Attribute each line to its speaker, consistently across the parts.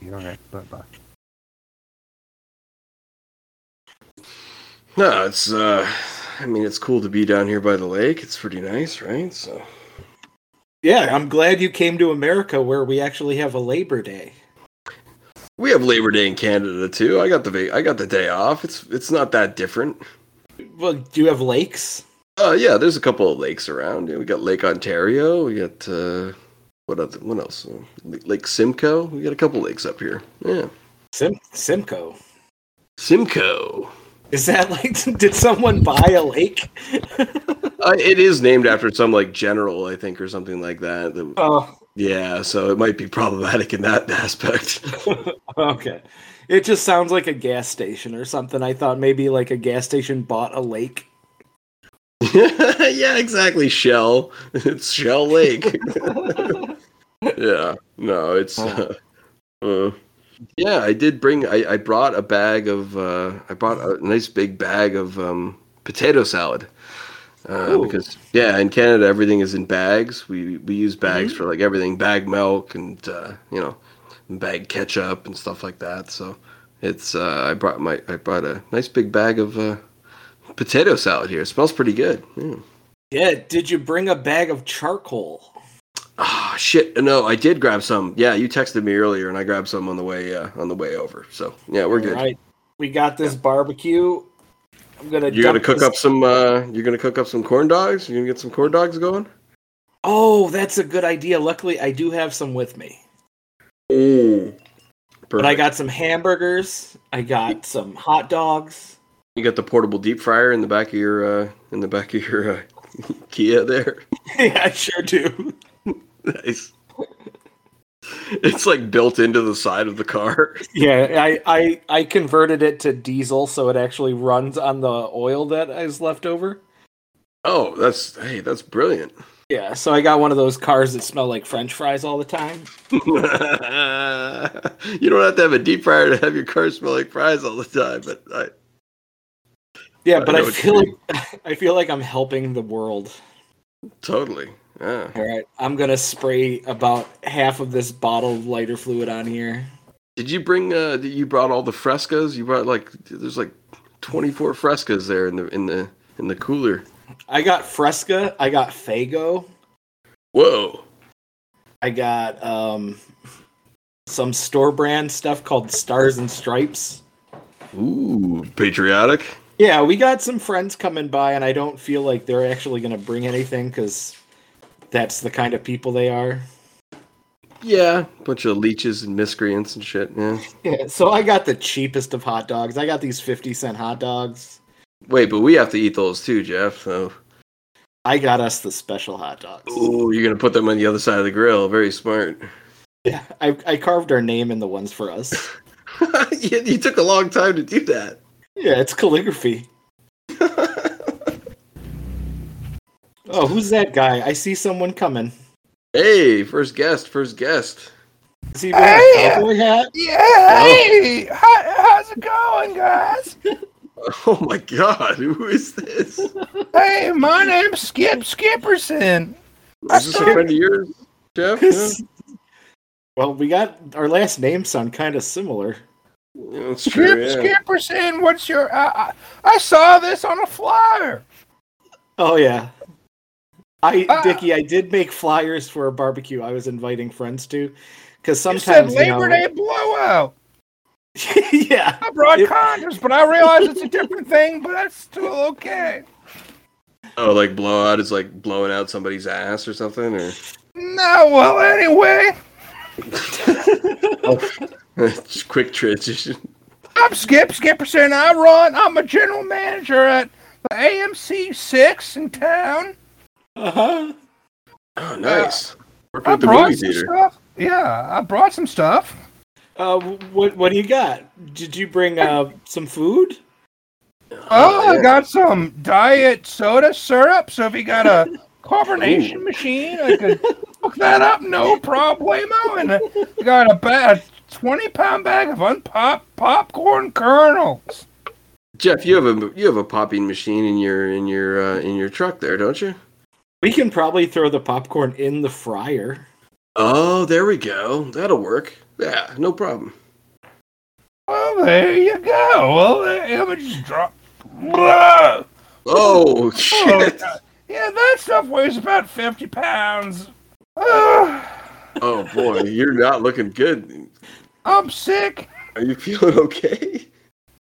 Speaker 1: You're an expert, but
Speaker 2: No, it's uh I mean it's cool to be down here by the lake. It's pretty nice, right? So
Speaker 3: Yeah, I'm glad you came to America where we actually have a Labor Day.
Speaker 2: we have Labor Day in Canada too. I got the va- I got the day off. It's it's not that different.
Speaker 3: Well, do you have lakes?
Speaker 2: Uh yeah, there's a couple of lakes around. Yeah, we got Lake Ontario, we got uh what other what else? Uh, L- Lake Simcoe. We got a couple lakes up here. Yeah.
Speaker 3: Sim- Simcoe.
Speaker 2: Simcoe.
Speaker 3: Is that like, did someone buy a lake?
Speaker 2: Uh, it is named after some like general, I think, or something like that. The-
Speaker 3: oh,
Speaker 2: Yeah, so it might be problematic in that aspect.
Speaker 3: okay. It just sounds like a gas station or something. I thought maybe like a gas station bought a lake.
Speaker 2: yeah, exactly. Shell. It's Shell Lake. yeah. No, it's. Uh, uh, yeah, I did bring. I, I brought a bag of. Uh, I brought a nice big bag of um, potato salad. Uh,
Speaker 3: Ooh.
Speaker 2: because yeah, in Canada everything is in bags. We we use bags for like everything, bag milk and uh, you know, bag ketchup and stuff like that. So it's uh, I brought my I brought a nice big bag of uh, potato salad here. It smells pretty good. Mm.
Speaker 3: Yeah, did you bring a bag of charcoal?
Speaker 2: Ah, shit. No, I did grab some. Yeah, you texted me earlier, and I grabbed some on the way uh, on the way over. So yeah, we're good.
Speaker 3: All right. We got this barbecue. I'm gonna.
Speaker 2: You're gonna
Speaker 3: dump
Speaker 2: cook
Speaker 3: this-
Speaker 2: up some. Uh, you're gonna cook up some corn dogs. You're gonna get some corn dogs going.
Speaker 3: Oh, that's a good idea. Luckily, I do have some with me.
Speaker 2: Mm.
Speaker 3: But
Speaker 2: Perfect.
Speaker 3: I got some hamburgers. I got some hot dogs.
Speaker 2: you got the portable deep fryer in the back of your uh, in the back of your uh, Kia there.
Speaker 3: yeah, I sure do.
Speaker 2: nice. It's like built into the side of the car.
Speaker 3: Yeah, I, I I converted it to diesel, so it actually runs on the oil that is left over.
Speaker 2: Oh, that's hey, that's brilliant.
Speaker 3: Yeah, so I got one of those cars that smell like French fries all the time.
Speaker 2: you don't have to have a deep fryer to have your car smell like fries all the time, but I,
Speaker 3: Yeah,
Speaker 2: I
Speaker 3: but I,
Speaker 2: know what you
Speaker 3: feel like I feel like I'm helping the world.
Speaker 2: Totally. Yeah.
Speaker 3: All right, I'm gonna spray about half of this bottle of lighter fluid on here.
Speaker 2: Did you bring? Uh, did- you brought all the frescas. You brought like there's like 24 frescas there in the in the in the cooler.
Speaker 3: I got Fresca. I got Fago.
Speaker 2: Whoa.
Speaker 3: I got um some store brand stuff called Stars and Stripes.
Speaker 2: Ooh, patriotic.
Speaker 3: Yeah, we got some friends coming by, and I don't feel like they're actually gonna bring anything because that's the kind of people they are.
Speaker 2: Yeah, bunch of leeches and miscreants and shit. Yeah.
Speaker 3: Yeah, so I got the cheapest of hot dogs. I got these fifty cent hot dogs.
Speaker 2: Wait, but we have to eat those too, Jeff. So.
Speaker 3: I got us the special hot dogs.
Speaker 2: Ooh, you're gonna put them on the other side of the grill. Very smart.
Speaker 3: Yeah, I, I carved our name in the ones for us.
Speaker 2: you, you took a long time to do that.
Speaker 3: Yeah, it's calligraphy. oh, who's that guy? I see someone coming.
Speaker 2: Hey, first guest, first guest.
Speaker 3: Is he wearing a
Speaker 4: Hey!
Speaker 3: cowboy hat?
Speaker 4: Yeah, hey, how, how's it going, guys?
Speaker 2: Oh my God, who is this? Is
Speaker 4: Hey, my name's Skip Skipperson.
Speaker 2: this a friend of yours, Jeff? Yeah.
Speaker 3: well, we got our last names sound kind of similar.
Speaker 2: Yeah, That's
Speaker 4: Skip
Speaker 2: true. Yeah.
Speaker 4: Skipperson, what's your? I, I, I saw this on a flyer.
Speaker 3: Oh yeah. I
Speaker 4: Ah.
Speaker 3: Dickie, I did make flyers for a barbecue I was inviting friends to cuz
Speaker 4: You said
Speaker 3: sometimes you
Speaker 4: Labor
Speaker 3: know-
Speaker 4: Day blowout.
Speaker 3: yeah.
Speaker 4: I brought
Speaker 3: It-
Speaker 4: condoms, but I realize it's a different thing. But that's still okay.
Speaker 2: Oh, like blowout is like blowing out somebody's ass or something, or
Speaker 4: No, well, anyway,
Speaker 2: Oh. Just quick transition.
Speaker 4: I'm Skip Skipperson. I run. I'm a general manager at the AMC Six in town.
Speaker 3: Uh-huh.
Speaker 2: Oh, nice. Working
Speaker 4: I
Speaker 2: at the
Speaker 4: brought
Speaker 2: movie
Speaker 4: some
Speaker 2: theater.
Speaker 4: stuff. Yeah, I brought some stuff.
Speaker 3: Uh wh- what what do you got? Did you bring uh some food?
Speaker 4: Oh,
Speaker 2: yeah.
Speaker 4: I got some diet soda syrup. So if you got a carbonation machine, I could hook that up, no problemo. And I got a, ba- a 20 pound bag of unpopped popcorn kernels.
Speaker 2: Jeff, you have a you have a popping machine in your in your uh, in your truck there, don't you?
Speaker 3: We can probably throw the popcorn in the fryer.
Speaker 2: Oh, there we go. That'll work. Yeah, no problem.
Speaker 4: Well, there you go. Well, there, I'm gonna just drop. Blah! Oh,
Speaker 2: Oh shit!
Speaker 4: God. yeah, that stuff weighs about 50 pounds. Ah,
Speaker 2: Oh boy, you're not looking good.
Speaker 4: I'm sick.
Speaker 2: Are you feeling okay?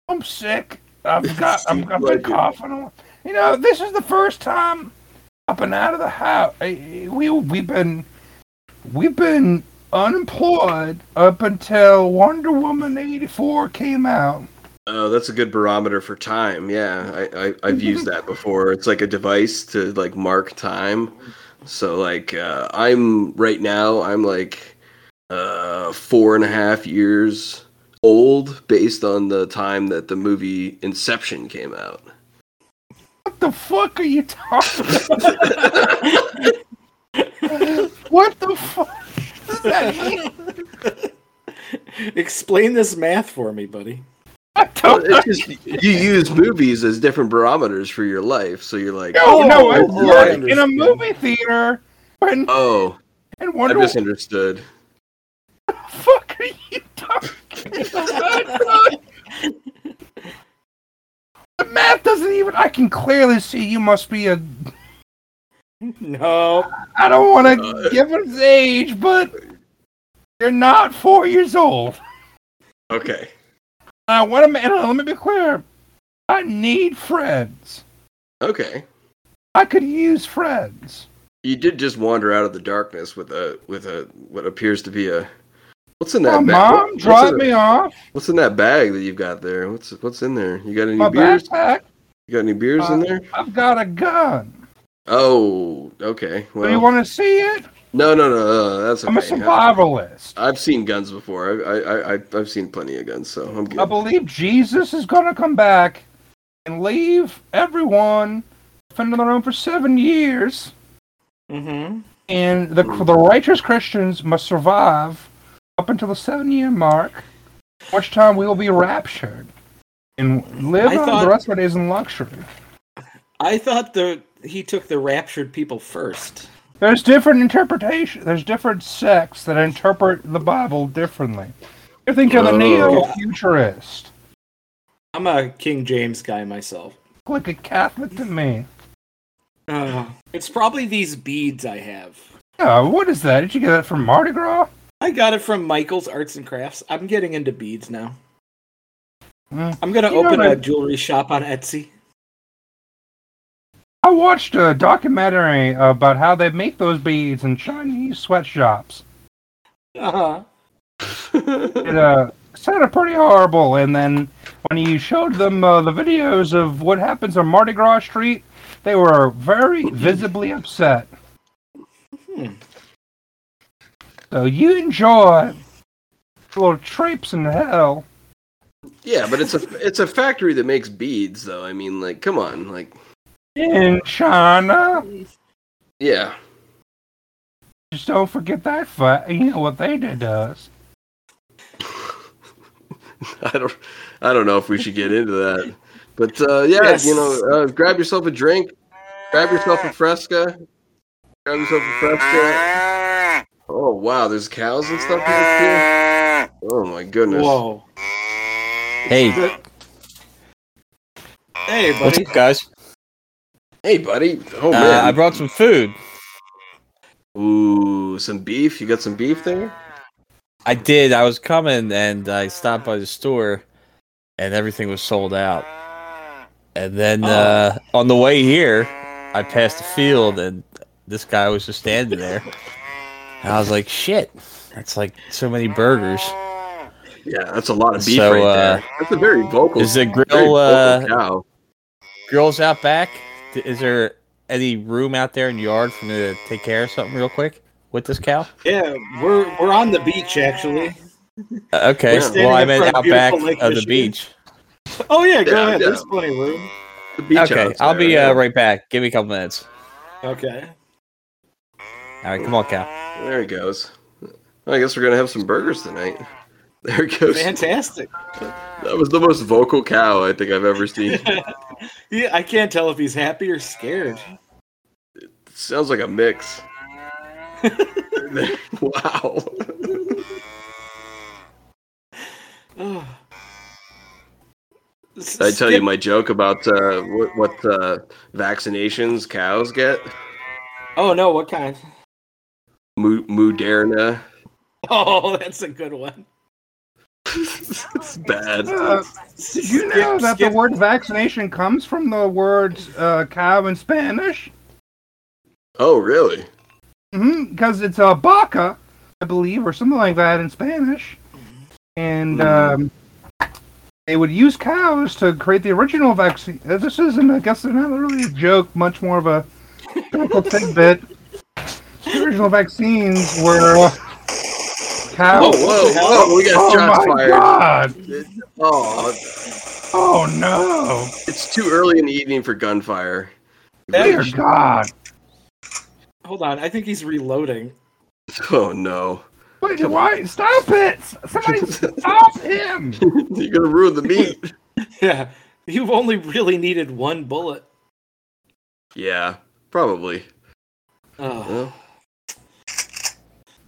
Speaker 4: I'm sick. I've got. I'm, I've
Speaker 2: Like it.
Speaker 4: been coughing. a lot. You know, this is the first time I've been out of the house. I- I- We we've been we've been unemployed up until Wonder Woman '84 came out.
Speaker 2: Oh, that's a good barometer for time. Yeah, I, I I've used that before. It's like a device to like mark time. So like uh, I'm right now. I'm like uh, four and a half years old based on the time that the movie Inception came out.
Speaker 4: What the fuck are you talking about? what the fuck does that mean?
Speaker 3: Explain this math for me, buddy.
Speaker 4: I don't
Speaker 2: It's just you use movies as different barometers for your life. So you're like,
Speaker 4: No, no, I
Speaker 2: oh,
Speaker 3: it's
Speaker 2: right.
Speaker 4: worked in a movie theater when
Speaker 2: oh,
Speaker 4: and
Speaker 2: I
Speaker 4: Wonder Woman.
Speaker 2: misunderstood.
Speaker 4: fuck are you talking about? the math doesn't even. I can clearly see you must be a.
Speaker 3: No,
Speaker 4: I don't want to
Speaker 2: Uh.
Speaker 4: give his age, but you're not four years old.
Speaker 2: Okay.
Speaker 4: I want to. And uh, let me be clear. I need friends.
Speaker 2: Okay.
Speaker 4: I could use friends.
Speaker 2: You did just wander out of the darkness with a with a what appears to be a what's in that
Speaker 4: My
Speaker 2: ba-
Speaker 4: mom
Speaker 2: what's
Speaker 4: dropped
Speaker 2: in-
Speaker 4: me off
Speaker 2: What's in that bag that you've got there? What's what's in there? You got any
Speaker 4: my
Speaker 2: beers?
Speaker 4: backpack.
Speaker 2: You got any beers in
Speaker 4: Uh,
Speaker 2: there?
Speaker 4: I've got a gun.
Speaker 2: Oh, okay. Well,
Speaker 4: Do you want to see it?
Speaker 2: no, no, no, no, no, that's okay.
Speaker 4: I'm a survivalist.
Speaker 2: I, have seen guns before. I, I, I, I've seen plenty of guns, so I'm good.
Speaker 4: I believe Jesus is going to come back and leave everyone defending their own for seven years,
Speaker 3: Mm-hmm.
Speaker 4: and the
Speaker 3: Hmm.
Speaker 4: the righteous Christians must survive up until the seven year mark, which time we will be raptured and live
Speaker 3: I
Speaker 4: on
Speaker 3: thought-
Speaker 4: the rest of our days in luxury.
Speaker 3: I thought the he took the raptured people first.
Speaker 4: There's different interpretation. There's different sects that interpret the Bible differently. You think you're the
Speaker 2: Oh.
Speaker 4: neo futurist?
Speaker 3: I'm a King James guy myself.
Speaker 4: Click a Catholic to me.
Speaker 3: Uh, it's probably these beads I have.
Speaker 4: Yeah, what is that? Did you get that from Mardi Gras?
Speaker 3: I got it from Michael's Arts and Crafts. I'm getting into beads now.
Speaker 4: Hmm.
Speaker 3: I'm gonna
Speaker 4: You know
Speaker 3: open a
Speaker 4: that-
Speaker 3: jewelry shop on Etsy.
Speaker 4: I watched a documentary about how they make those beads in Chinese sweatshops.
Speaker 3: Uh-huh.
Speaker 4: It uh, sounded pretty horrible. And then when you showed them uh, the videos of what happens on Mardi Gras Street, they were very visibly upset.
Speaker 3: Hmm.
Speaker 4: So you enjoy a little traipse in hell.
Speaker 2: yeah, but it's a it's a factory that makes beads, though. I mean, like, come on, like,
Speaker 4: In China,
Speaker 2: yeah,
Speaker 4: just don't forget that fact. You know what they did to us.
Speaker 2: I don't I don't know if we should get into that, but uh, yeah,
Speaker 3: Yes.
Speaker 2: you know, uh, grab yourself a drink, grab yourself a fresca, grab yourself a fresca. Oh wow, there's cows and stuff here too. Oh my goodness.
Speaker 3: Whoa.
Speaker 1: Hey,
Speaker 3: Hey,
Speaker 1: what's
Speaker 3: buddy.
Speaker 1: up, guys?
Speaker 2: Hey, buddy. Oh
Speaker 1: Uh,
Speaker 2: man.
Speaker 1: I brought some food.
Speaker 2: Ooh, some beef. You got some beef there?
Speaker 1: I did. I was coming and I stopped by the store and everything was sold out. And
Speaker 3: Oh.
Speaker 1: then uh, on the way here, I passed a field and this guy was just standing there. And I was like, shit, that's like so many burgers.
Speaker 2: Yeah, that's a lot of beef
Speaker 1: So,
Speaker 2: right
Speaker 1: uh,
Speaker 2: there. That's a very vocal.
Speaker 1: Is the
Speaker 2: very vocal
Speaker 1: grill uh,
Speaker 2: cow.
Speaker 1: grills out back? D- Is there any room out there in the yard for me to take care of something real quick with this cow?
Speaker 3: Yeah, we're we're on the beach actually.
Speaker 1: Uh, okay,
Speaker 2: We're
Speaker 3: standing
Speaker 1: well I
Speaker 3: in
Speaker 1: meant
Speaker 3: front of
Speaker 1: out back
Speaker 3: beautiful Lake
Speaker 1: of the
Speaker 3: Michigan.
Speaker 1: beach.
Speaker 3: Oh yeah, go
Speaker 2: Yeah,
Speaker 3: ahead.
Speaker 2: yeah.
Speaker 3: There's plenty of room.
Speaker 2: The beef
Speaker 1: Okay,
Speaker 2: chow's
Speaker 1: I'll
Speaker 2: there,
Speaker 1: be
Speaker 2: yeah.
Speaker 1: uh, right back. Give me a couple minutes.
Speaker 3: Okay.
Speaker 1: All right, come on, cow.
Speaker 2: There he goes. I guess we're gonna have some burgers tonight. There he goes.
Speaker 3: Fantastic.
Speaker 2: That was the most vocal cow I think I've ever seen.
Speaker 3: Yeah, I can't tell if he's happy or scared.
Speaker 2: Sounds like a mix. wow. Did I tell you my joke about uh, what, what uh, vaccinations cows get?
Speaker 3: Oh no, what kind?
Speaker 2: Mu- Moderna.
Speaker 3: Oh, that's a good one.
Speaker 2: it's bad.
Speaker 4: Uh, did you know that the word vaccination comes from the words uh, cow in Spanish?
Speaker 2: Oh, really?
Speaker 4: Because Mm-hmm, it's a vaca, I believe, or something like that in Spanish. And
Speaker 2: Mm-hmm.
Speaker 4: um, they would use cows to create the original vaccine. Uh, This isn't, I guess, they're not really a joke, much more of a typical tidbit. The original vaccines were
Speaker 2: Oh,
Speaker 4: cows.
Speaker 2: whoa, whoa, we got
Speaker 4: Oh
Speaker 2: shots
Speaker 4: my
Speaker 2: fired.
Speaker 4: god!
Speaker 2: Oh,
Speaker 4: Oh no!
Speaker 2: it's too early in the evening for gunfire.
Speaker 4: Dear God!
Speaker 3: Hold on, I think he's reloading.
Speaker 2: Oh no.
Speaker 4: Wait, why? Stop it! Somebody stop him!
Speaker 2: You're gonna ruin the meat.
Speaker 3: Yeah, you've only really needed one bullet.
Speaker 2: Yeah, probably.
Speaker 3: Oh,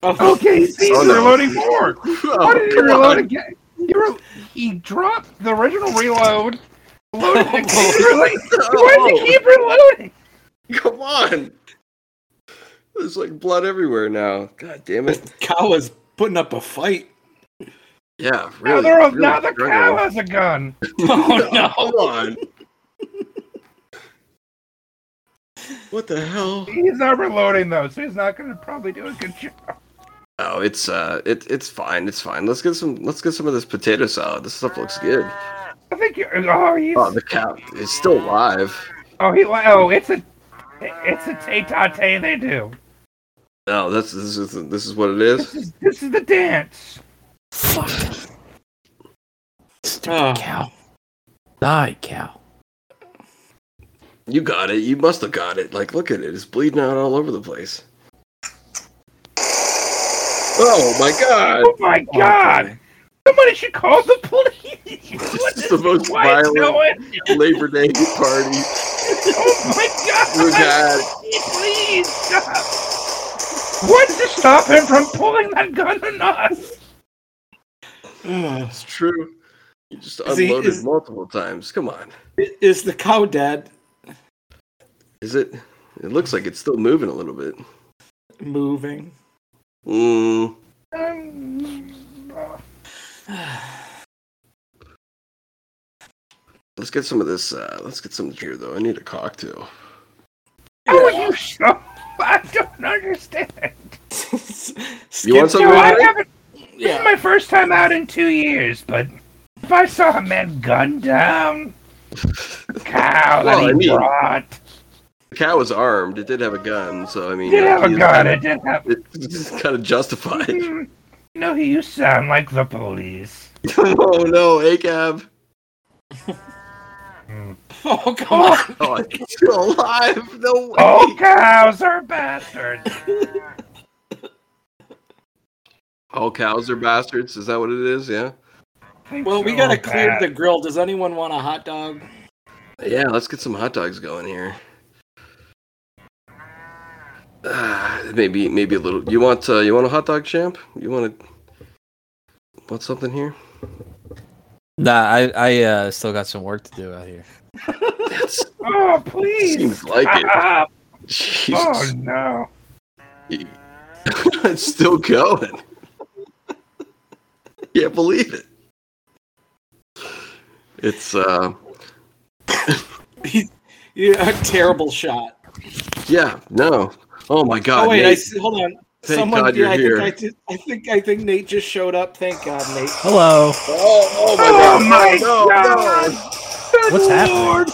Speaker 2: Well,
Speaker 3: oh,
Speaker 4: Okay, see,
Speaker 2: Oh,
Speaker 4: you're
Speaker 2: no.
Speaker 4: reloading more.
Speaker 2: oh,
Speaker 4: Why did he
Speaker 2: come
Speaker 4: reload
Speaker 2: on.
Speaker 4: again? He, re- he dropped the original reload.
Speaker 2: Oh,
Speaker 4: Loaded again. Really? Why did he keep reloading?
Speaker 2: Oh, Come on. There's like blood everywhere now. God damn it.
Speaker 3: cow is putting up a fight.
Speaker 2: Yeah,
Speaker 4: Now,
Speaker 2: really.
Speaker 4: they're, all-
Speaker 2: really
Speaker 4: now the cow
Speaker 2: struggling.
Speaker 4: has a gun.
Speaker 3: Oh no!
Speaker 2: Come on. what the hell?
Speaker 4: He's not reloading though, so he's not going to probably do a good job.
Speaker 2: Oh, it's uh, it, it's fine. It's fine. Let's get some. Let's get some of this potato salad. This stuff looks good.
Speaker 4: I think you're. Oh, he's.
Speaker 2: Oh, the cow is still alive.
Speaker 4: Oh, he. Oh, it's a. It's a tete-a-tete they do.
Speaker 2: Oh, that's this is this is what it is.
Speaker 4: This is, this is the dance.
Speaker 3: Oh.
Speaker 5: Cow. Die, cow.
Speaker 2: You got it. You must have got it. Like, look at it. It's bleeding out all over the place. Oh my god!
Speaker 4: Oh my god! Somebody should call the police. What
Speaker 2: This
Speaker 4: is
Speaker 2: is the most
Speaker 4: Wyatt
Speaker 2: violent-
Speaker 4: doing?
Speaker 2: Labor Day party.
Speaker 4: Oh my god!
Speaker 2: We're bad.
Speaker 4: Please stop! What's to stop him from pulling that gun on us?
Speaker 3: Ugh.
Speaker 2: It's true. You just
Speaker 3: Is he-
Speaker 2: unloaded
Speaker 3: is-
Speaker 2: multiple times. Come on.
Speaker 3: I- Is the cow dead?
Speaker 2: Is it? It looks like it's still moving a little bit.
Speaker 3: Moving.
Speaker 2: Mm,
Speaker 4: Um, uh,
Speaker 2: let's get some of this. Uh, let's get some here though. I need a cocktail.
Speaker 4: How are you so? I don't understand.
Speaker 3: Skip,
Speaker 2: You want some?
Speaker 4: No, I
Speaker 2: Really?
Speaker 4: haven't. This is
Speaker 3: Yeah.
Speaker 4: my first time out in two years, but if I saw a man gunned down, cow that
Speaker 2: Well,
Speaker 4: he
Speaker 2: I mean-
Speaker 4: brought
Speaker 2: The cow was armed. It did have a gun, so I mean,
Speaker 4: did
Speaker 2: yeah,
Speaker 4: have a
Speaker 2: he's
Speaker 4: gun.
Speaker 2: kinda-
Speaker 4: It did have.
Speaker 2: It's kind of justified.
Speaker 4: Hmm, No, you sound like the police.
Speaker 2: oh no, ACAB.
Speaker 3: Oh come on!
Speaker 2: Oh, it's still alive. No way.
Speaker 4: Oh, cows are bastards.
Speaker 2: All cows are bastards. Is that what it is? Yeah.
Speaker 4: Think
Speaker 3: Well, we
Speaker 4: so
Speaker 3: gotta clear
Speaker 4: Oh, bad.
Speaker 3: the grill. Does anyone want a hot dog?
Speaker 2: Yeah. Let's get some hot dogs going here. Ah, maybe, maybe a little. You want, uh, you want a hot dog, champ? You want to? Want something here?
Speaker 5: Nah, I, I uh, still got some work to do out here.
Speaker 4: Oh, please.
Speaker 2: Seems like it.
Speaker 4: Ah, oh
Speaker 2: Jesus.
Speaker 4: no.
Speaker 2: it's still going. Can't believe it. It's uh
Speaker 3: Yeah, a terrible shot.
Speaker 2: yeah, no. Oh my god.
Speaker 3: Oh wait, I
Speaker 2: Nate.
Speaker 3: see, hold on.
Speaker 2: Thank God you're
Speaker 3: I
Speaker 2: here.
Speaker 3: Think I, did, I think I think Nate just showed up. Thank God, Nate.
Speaker 5: Hello.
Speaker 2: oh,
Speaker 4: Oh
Speaker 2: God.
Speaker 4: my
Speaker 2: No,
Speaker 4: god.
Speaker 2: no.
Speaker 4: Good
Speaker 5: What's happening?
Speaker 4: Lord.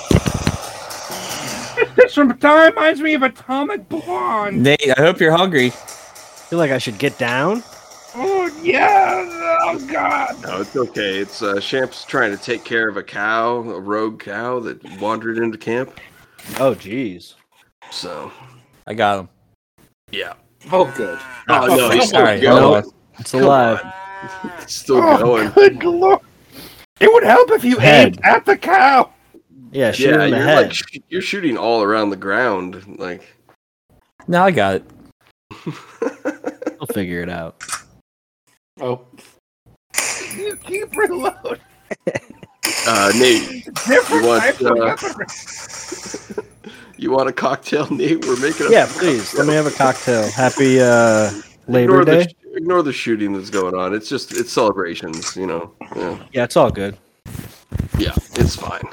Speaker 4: This time reminds me of Atomic Blonde.
Speaker 1: Nate, I hope you're hungry.
Speaker 5: Feel like I should get down?
Speaker 4: Oh yeah. Oh god.
Speaker 2: No, it's okay. It's uh Champ's trying to take care of a cow, a rogue cow that wandered into camp.
Speaker 5: Oh, jeez.
Speaker 2: So
Speaker 1: I got him.
Speaker 2: yeah.
Speaker 3: Oh good.
Speaker 2: Oh no, he's still
Speaker 1: All right, hold
Speaker 2: going.
Speaker 1: on.
Speaker 5: It's
Speaker 2: Come
Speaker 5: alive.
Speaker 2: on. It's still
Speaker 4: oh,
Speaker 2: going.
Speaker 4: Good lord. It would help if you
Speaker 5: Head.
Speaker 4: aimed at the cow.
Speaker 5: Yeah, shoot
Speaker 2: Yeah,
Speaker 5: him in the
Speaker 2: you're
Speaker 5: head.
Speaker 2: like sh- you're shooting all around the ground. Like
Speaker 1: No, I got it.
Speaker 2: uh,
Speaker 5: I'll figure it out.
Speaker 3: Oh,
Speaker 4: you keep reloading?
Speaker 2: Uh, Nate,
Speaker 4: Different
Speaker 2: You want,
Speaker 4: types of
Speaker 2: uh,
Speaker 4: weaponry.
Speaker 2: you want a cocktail, Nate? We're making a
Speaker 6: Yeah, please. Let me have a cocktail. Happy uh, Labor
Speaker 2: ignore the,
Speaker 6: Day.
Speaker 2: sh- ignore the shooting that's going on. It's just it's celebrations, you know. Yeah,
Speaker 6: Yeah, it's all good.
Speaker 2: yeah it's fine.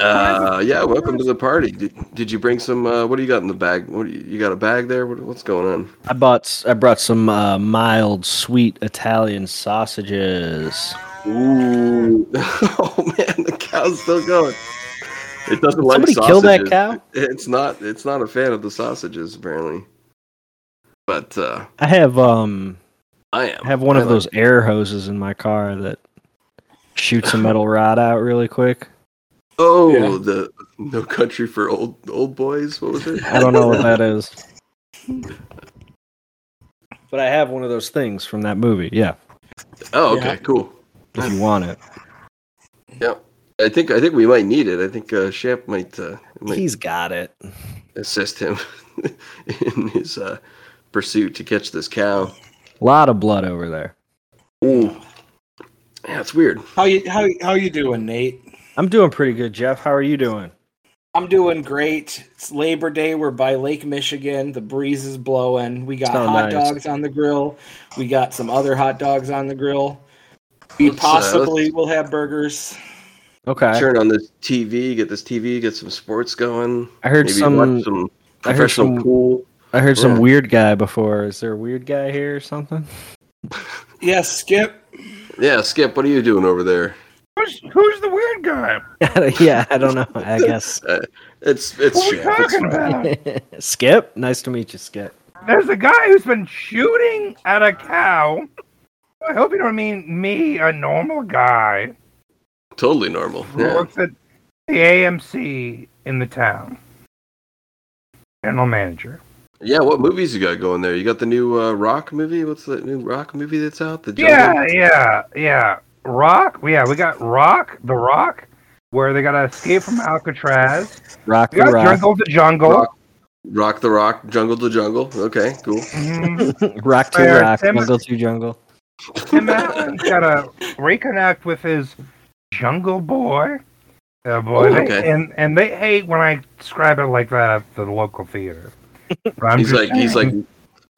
Speaker 2: Uh, yeah, welcome to the party. Did, did you bring some? Uh, what do you got in the bag? What do you, you got a bag there? What, what's going on?
Speaker 6: I bought. s- I brought some uh, mild, sweet Italian sausages.
Speaker 2: Ooh, oh man, the cow's still going. It doesn't like
Speaker 6: Somebody
Speaker 2: sausages.
Speaker 6: kill that cow.
Speaker 2: It's not. It's not a fan of the sausages apparently. But uh,
Speaker 6: I have um.
Speaker 2: I am.
Speaker 6: I have one
Speaker 2: I
Speaker 6: of
Speaker 2: like-
Speaker 6: those air hoses in my car that shoots a metal rod out really quick.
Speaker 2: Oh,
Speaker 3: Yeah.
Speaker 2: the No Country for Old Old Boys. What was it?
Speaker 6: I don't know what that is. But I have one of those things from that movie. Yeah,
Speaker 2: Oh, okay,
Speaker 3: Yeah.
Speaker 2: cool.
Speaker 6: if you want it.
Speaker 2: I think I think we might need it. I think uh, Champ might, uh, might
Speaker 6: He's got it.
Speaker 2: assist him in his uh, pursuit to catch this cow.
Speaker 6: A lot of blood over there.
Speaker 2: Ooh, yeah, it's weird.
Speaker 3: How you how how you doing, Nate?
Speaker 6: I'm doing pretty good, Jeff. How are you doing?
Speaker 3: I'm doing great. It's Labor Day. We're by Lake Michigan. The breeze is blowing. We got
Speaker 6: So
Speaker 3: hot
Speaker 6: nice.
Speaker 3: dogs on the grill. We got some other hot dogs on the grill. We
Speaker 2: Let's, uh,
Speaker 3: possibly will have burgers.
Speaker 6: Okay.
Speaker 2: Turn on this TV. Get this TV. Get some sports going.
Speaker 6: I heard
Speaker 2: Maybe
Speaker 6: some.
Speaker 2: watch some
Speaker 6: I heard
Speaker 2: professional
Speaker 6: some-
Speaker 2: pool.
Speaker 6: I heard
Speaker 2: Yeah.
Speaker 6: some weird guy before. Is there a weird guy here or something?
Speaker 3: Yes, Skip.
Speaker 2: Yeah, Skip. What are you doing over there?
Speaker 4: Who's, who's the weird guy?
Speaker 6: yeah, I don't know. I guess.
Speaker 2: It's it's
Speaker 4: What are we
Speaker 2: Champ, it's
Speaker 4: talking
Speaker 2: fine.
Speaker 4: about?
Speaker 6: Skip, nice to meet you, Skip.
Speaker 4: There's a guy who's been shooting at a cow. I hope you don't mean me, a normal guy
Speaker 2: totally normal.
Speaker 4: who
Speaker 2: Yeah.
Speaker 4: works at the AMC in the town. General manager.
Speaker 2: Yeah, what movies you got going there? You got the new uh, Rock movie. What's that new Rock movie that's out? The
Speaker 4: Yeah, yeah, yeah. Rock. Yeah, we got Rock, The Rock, where they got to escape from Alcatraz.
Speaker 6: Rock
Speaker 4: We
Speaker 6: the
Speaker 4: got
Speaker 6: rock.
Speaker 4: Jungle to Jungle.
Speaker 2: Rock. Rock the Rock, Jungle to Jungle. Okay, cool.
Speaker 4: Mhm.
Speaker 6: Rock to
Speaker 4: Where
Speaker 6: rock,
Speaker 4: Tim-
Speaker 6: jungle to jungle.
Speaker 4: Tim Allen's got to uh, reconnect with his jungle boy. Oh boy,
Speaker 2: Ooh,
Speaker 4: they-
Speaker 2: okay.
Speaker 4: and and they hate when I describe it like that at the local theater. But I'm
Speaker 2: He's
Speaker 4: just
Speaker 2: like he's
Speaker 4: saying.
Speaker 2: like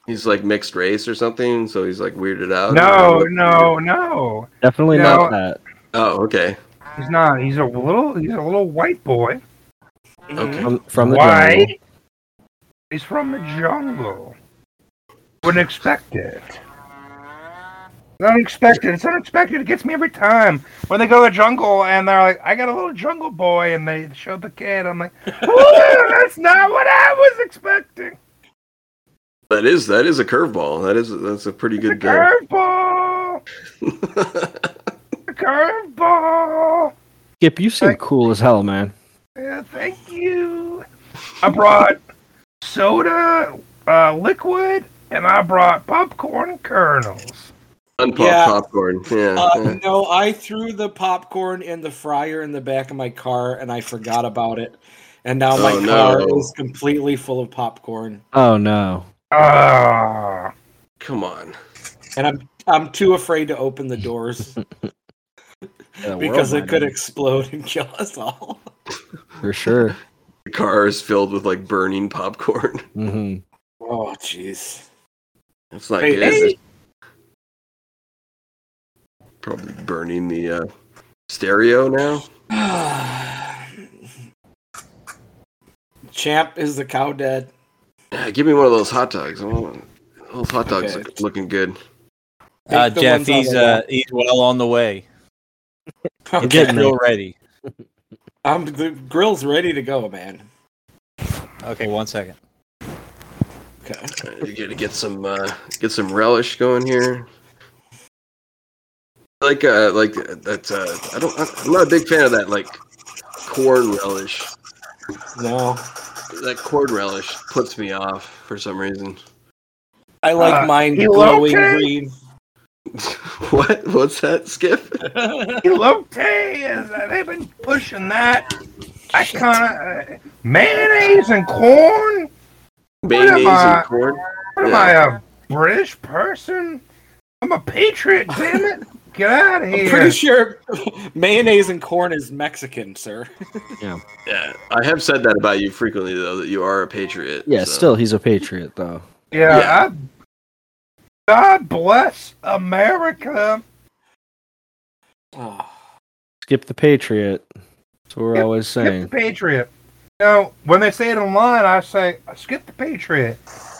Speaker 2: he's like mixed race or something, so he's like weirded out.
Speaker 4: no, no, no.
Speaker 6: Definitely
Speaker 4: No.
Speaker 6: not that.
Speaker 2: Oh, okay.
Speaker 4: He's not. He's a little. He's a little white boy.
Speaker 3: Mm-hmm.
Speaker 2: Okay.
Speaker 6: From, from the
Speaker 4: Why?
Speaker 6: jungle.
Speaker 4: He's from the jungle. Wouldn't expect it. Unexpected. It's unexpected. It gets me every time. When they go to the jungle and they're like, I got a little jungle boy, and they show the kid. I'm like, "Ooh, that's not what I was expecting.
Speaker 2: That is that is a curveball. That is that's a pretty
Speaker 4: The
Speaker 2: good uh,
Speaker 4: curveball. The curveball.
Speaker 6: Skip, you seem
Speaker 4: Right.
Speaker 6: cool as hell, man.
Speaker 4: Yeah, thank you. I brought soda, uh, liquid, and I brought popcorn kernels.
Speaker 2: unpopped
Speaker 3: Yeah.
Speaker 2: popcorn. Yeah.
Speaker 3: Uh,
Speaker 2: yeah.
Speaker 3: no, I threw the popcorn in the fryer in the back of my car, and I forgot about it. And now my
Speaker 2: Oh, no.
Speaker 3: car is completely full of popcorn,
Speaker 6: Oh no.
Speaker 4: Ah,
Speaker 2: Come on.
Speaker 3: and I'm I'm too afraid to open the doors because it could explode and kill us all.
Speaker 6: for sure.
Speaker 2: The car is filled with like burning popcorn.
Speaker 6: hmm
Speaker 3: Oh, jeez.
Speaker 2: That's not
Speaker 3: Hey,
Speaker 2: good.
Speaker 3: hey.
Speaker 2: Probably burning the uh, stereo now.
Speaker 3: Champ is the cow dead.
Speaker 2: Yeah, give me one of those hot dogs. I want- Those hot dogs
Speaker 3: Okay.
Speaker 2: look looking good.
Speaker 3: Take
Speaker 1: Uh,
Speaker 3: the
Speaker 1: Jeff,
Speaker 3: ones on
Speaker 1: he's
Speaker 3: the
Speaker 1: uh, he's well on the way.
Speaker 5: Oh,
Speaker 3: left.
Speaker 6: Get
Speaker 3: Okay.
Speaker 6: me.
Speaker 1: Real ready.
Speaker 3: I'm the grill's ready to go, man.
Speaker 1: Okay, one second.
Speaker 3: Okay.
Speaker 2: Uh, You gotta get some uh, get some relish going here. Like uh, like uh, that's uh, I don't I'm not a big fan of that like corn relish.
Speaker 3: No.
Speaker 2: That corn relish puts me off for some reason.
Speaker 3: I like
Speaker 4: Uh,
Speaker 3: mine
Speaker 4: you
Speaker 3: glowing
Speaker 4: okay?
Speaker 3: green.
Speaker 2: what? What's that, Skip?
Speaker 4: elote is uh, they've been pushing that. I kind of uh, mayonnaise and corn.
Speaker 2: Mayonnaise
Speaker 4: I?
Speaker 2: and corn.
Speaker 4: What am I, a British person? I'm a patriot, damn it! Get out of
Speaker 3: I'm
Speaker 4: here.
Speaker 3: pretty sure mayonnaise and corn is Mexican, sir.
Speaker 2: Yeah, I have said that about you frequently, though, that you are a patriot.
Speaker 6: Yeah,
Speaker 2: so-
Speaker 6: still he's a patriot though.
Speaker 4: Yeah.
Speaker 2: Yeah.
Speaker 4: I, God bless America.
Speaker 3: Oh.
Speaker 6: Skip the patriot. That's what we're
Speaker 4: Yep,
Speaker 6: always
Speaker 4: Skip the
Speaker 6: saying.
Speaker 4: Patriot. Now, when they say it in line, I say, skip the Patriot.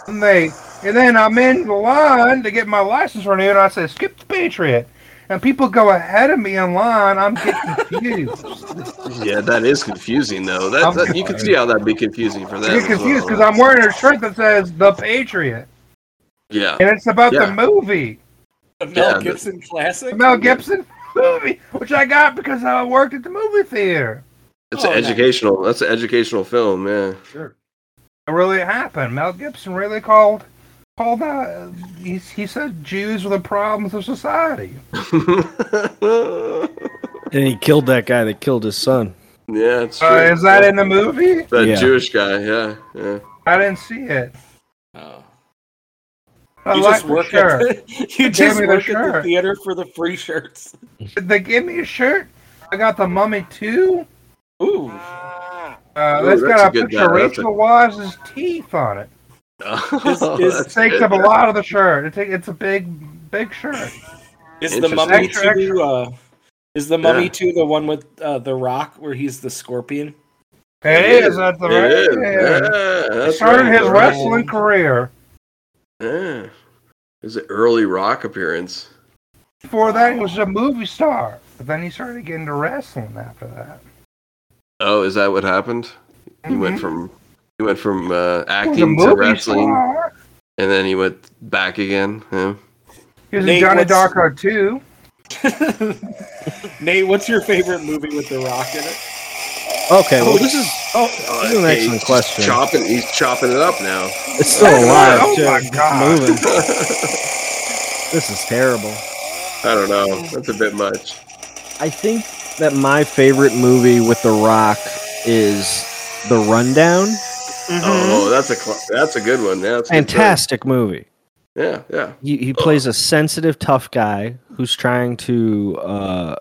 Speaker 4: And they, and then I'm in the line to get my license renewed, and I say, skip the Patriot. And people go ahead of me in line. I'm getting confused.
Speaker 2: Yeah, that is confusing, though. That,
Speaker 4: I'm
Speaker 2: that you can see how that'd be confusing for them.
Speaker 4: I get
Speaker 2: as
Speaker 4: confused
Speaker 2: well.
Speaker 4: because I'm wearing a shirt that says The Patriot,
Speaker 2: Yeah,
Speaker 4: and it's about
Speaker 2: Yeah.
Speaker 4: the movie,
Speaker 3: The Mel
Speaker 2: Yeah, the-
Speaker 3: Gibson classic?
Speaker 4: the Mel Gibson movie, which I got because I worked at the movie theater.
Speaker 2: it's an
Speaker 3: Oh, nice.
Speaker 2: educational. That's an educational film. Yeah.
Speaker 3: Sure.
Speaker 4: It really happened. Mel Gibson really called called out. He, he said Jews were the problems of society.
Speaker 6: And he killed that guy that killed his son.
Speaker 2: yeah, it's true.
Speaker 4: Uh, is that in the movie?
Speaker 2: that
Speaker 6: Yeah.
Speaker 2: Jewish guy? Yeah, yeah.
Speaker 4: I didn't see it.
Speaker 3: Oh.
Speaker 4: I
Speaker 3: you
Speaker 4: like
Speaker 3: just
Speaker 4: the
Speaker 3: work
Speaker 4: shirt.
Speaker 3: at the, you just
Speaker 4: me the
Speaker 3: work at the
Speaker 4: shirt.
Speaker 3: theater for the free shirts.
Speaker 4: They gave me a shirt. I got the Mummy Two.
Speaker 3: Ooh.
Speaker 4: Uh,
Speaker 2: Ooh,
Speaker 4: that's
Speaker 2: that's a
Speaker 4: got a
Speaker 2: good
Speaker 4: picture
Speaker 2: guy.
Speaker 4: of
Speaker 2: That's a-
Speaker 4: Rachel Wise's teeth on it.
Speaker 2: Oh,
Speaker 3: is-
Speaker 2: that's
Speaker 4: It takes
Speaker 2: good.
Speaker 4: up a lot of the shirt. It take, it's a big, big shirt.
Speaker 3: Is the
Speaker 2: Interesting.
Speaker 3: mummy
Speaker 4: Extra, extra.
Speaker 3: two uh is the mummy
Speaker 2: Yeah.
Speaker 3: two the one with uh, the rock where he's the scorpion?
Speaker 4: It is. That's the
Speaker 2: It
Speaker 4: right.
Speaker 2: is,
Speaker 4: yeah.
Speaker 2: yeah, that's
Speaker 4: Started
Speaker 2: right,
Speaker 4: his
Speaker 2: right.
Speaker 4: wrestling career.
Speaker 2: Yeah. His early rock appearance.
Speaker 4: Before that, he was a movie star. But then he started getting to wrestling after that.
Speaker 2: Oh, is that what happened? He went
Speaker 4: Mhm.
Speaker 2: from he went
Speaker 4: He
Speaker 2: from uh,
Speaker 4: was a
Speaker 2: acting to
Speaker 4: movie
Speaker 2: wrestling,
Speaker 4: star.
Speaker 2: and then he went back again. Yeah.
Speaker 4: He was in
Speaker 3: Nate,
Speaker 4: Johnny
Speaker 3: what's-
Speaker 4: Darko too.
Speaker 3: Nate, what's your favorite movie with the rock in it?
Speaker 6: Okay, well this is
Speaker 2: Oh,
Speaker 6: This is an
Speaker 2: okay,
Speaker 6: excellent
Speaker 2: he's
Speaker 6: question.
Speaker 2: Chopping, he's chopping it up now.
Speaker 6: it's still alive.
Speaker 4: Oh
Speaker 6: too.
Speaker 4: my
Speaker 6: It's
Speaker 4: God.
Speaker 6: Moving. this is terrible.
Speaker 2: I don't know. That's a bit much.
Speaker 6: I think that my favorite movie with The Rock is The Rundown.
Speaker 4: Mm-hmm.
Speaker 2: Oh, that's a cl- that's a good one. Yeah, that's a good
Speaker 6: Fantastic movie.
Speaker 2: choice. Yeah, yeah.
Speaker 6: He, he plays a sensitive, tough guy who's trying to uh,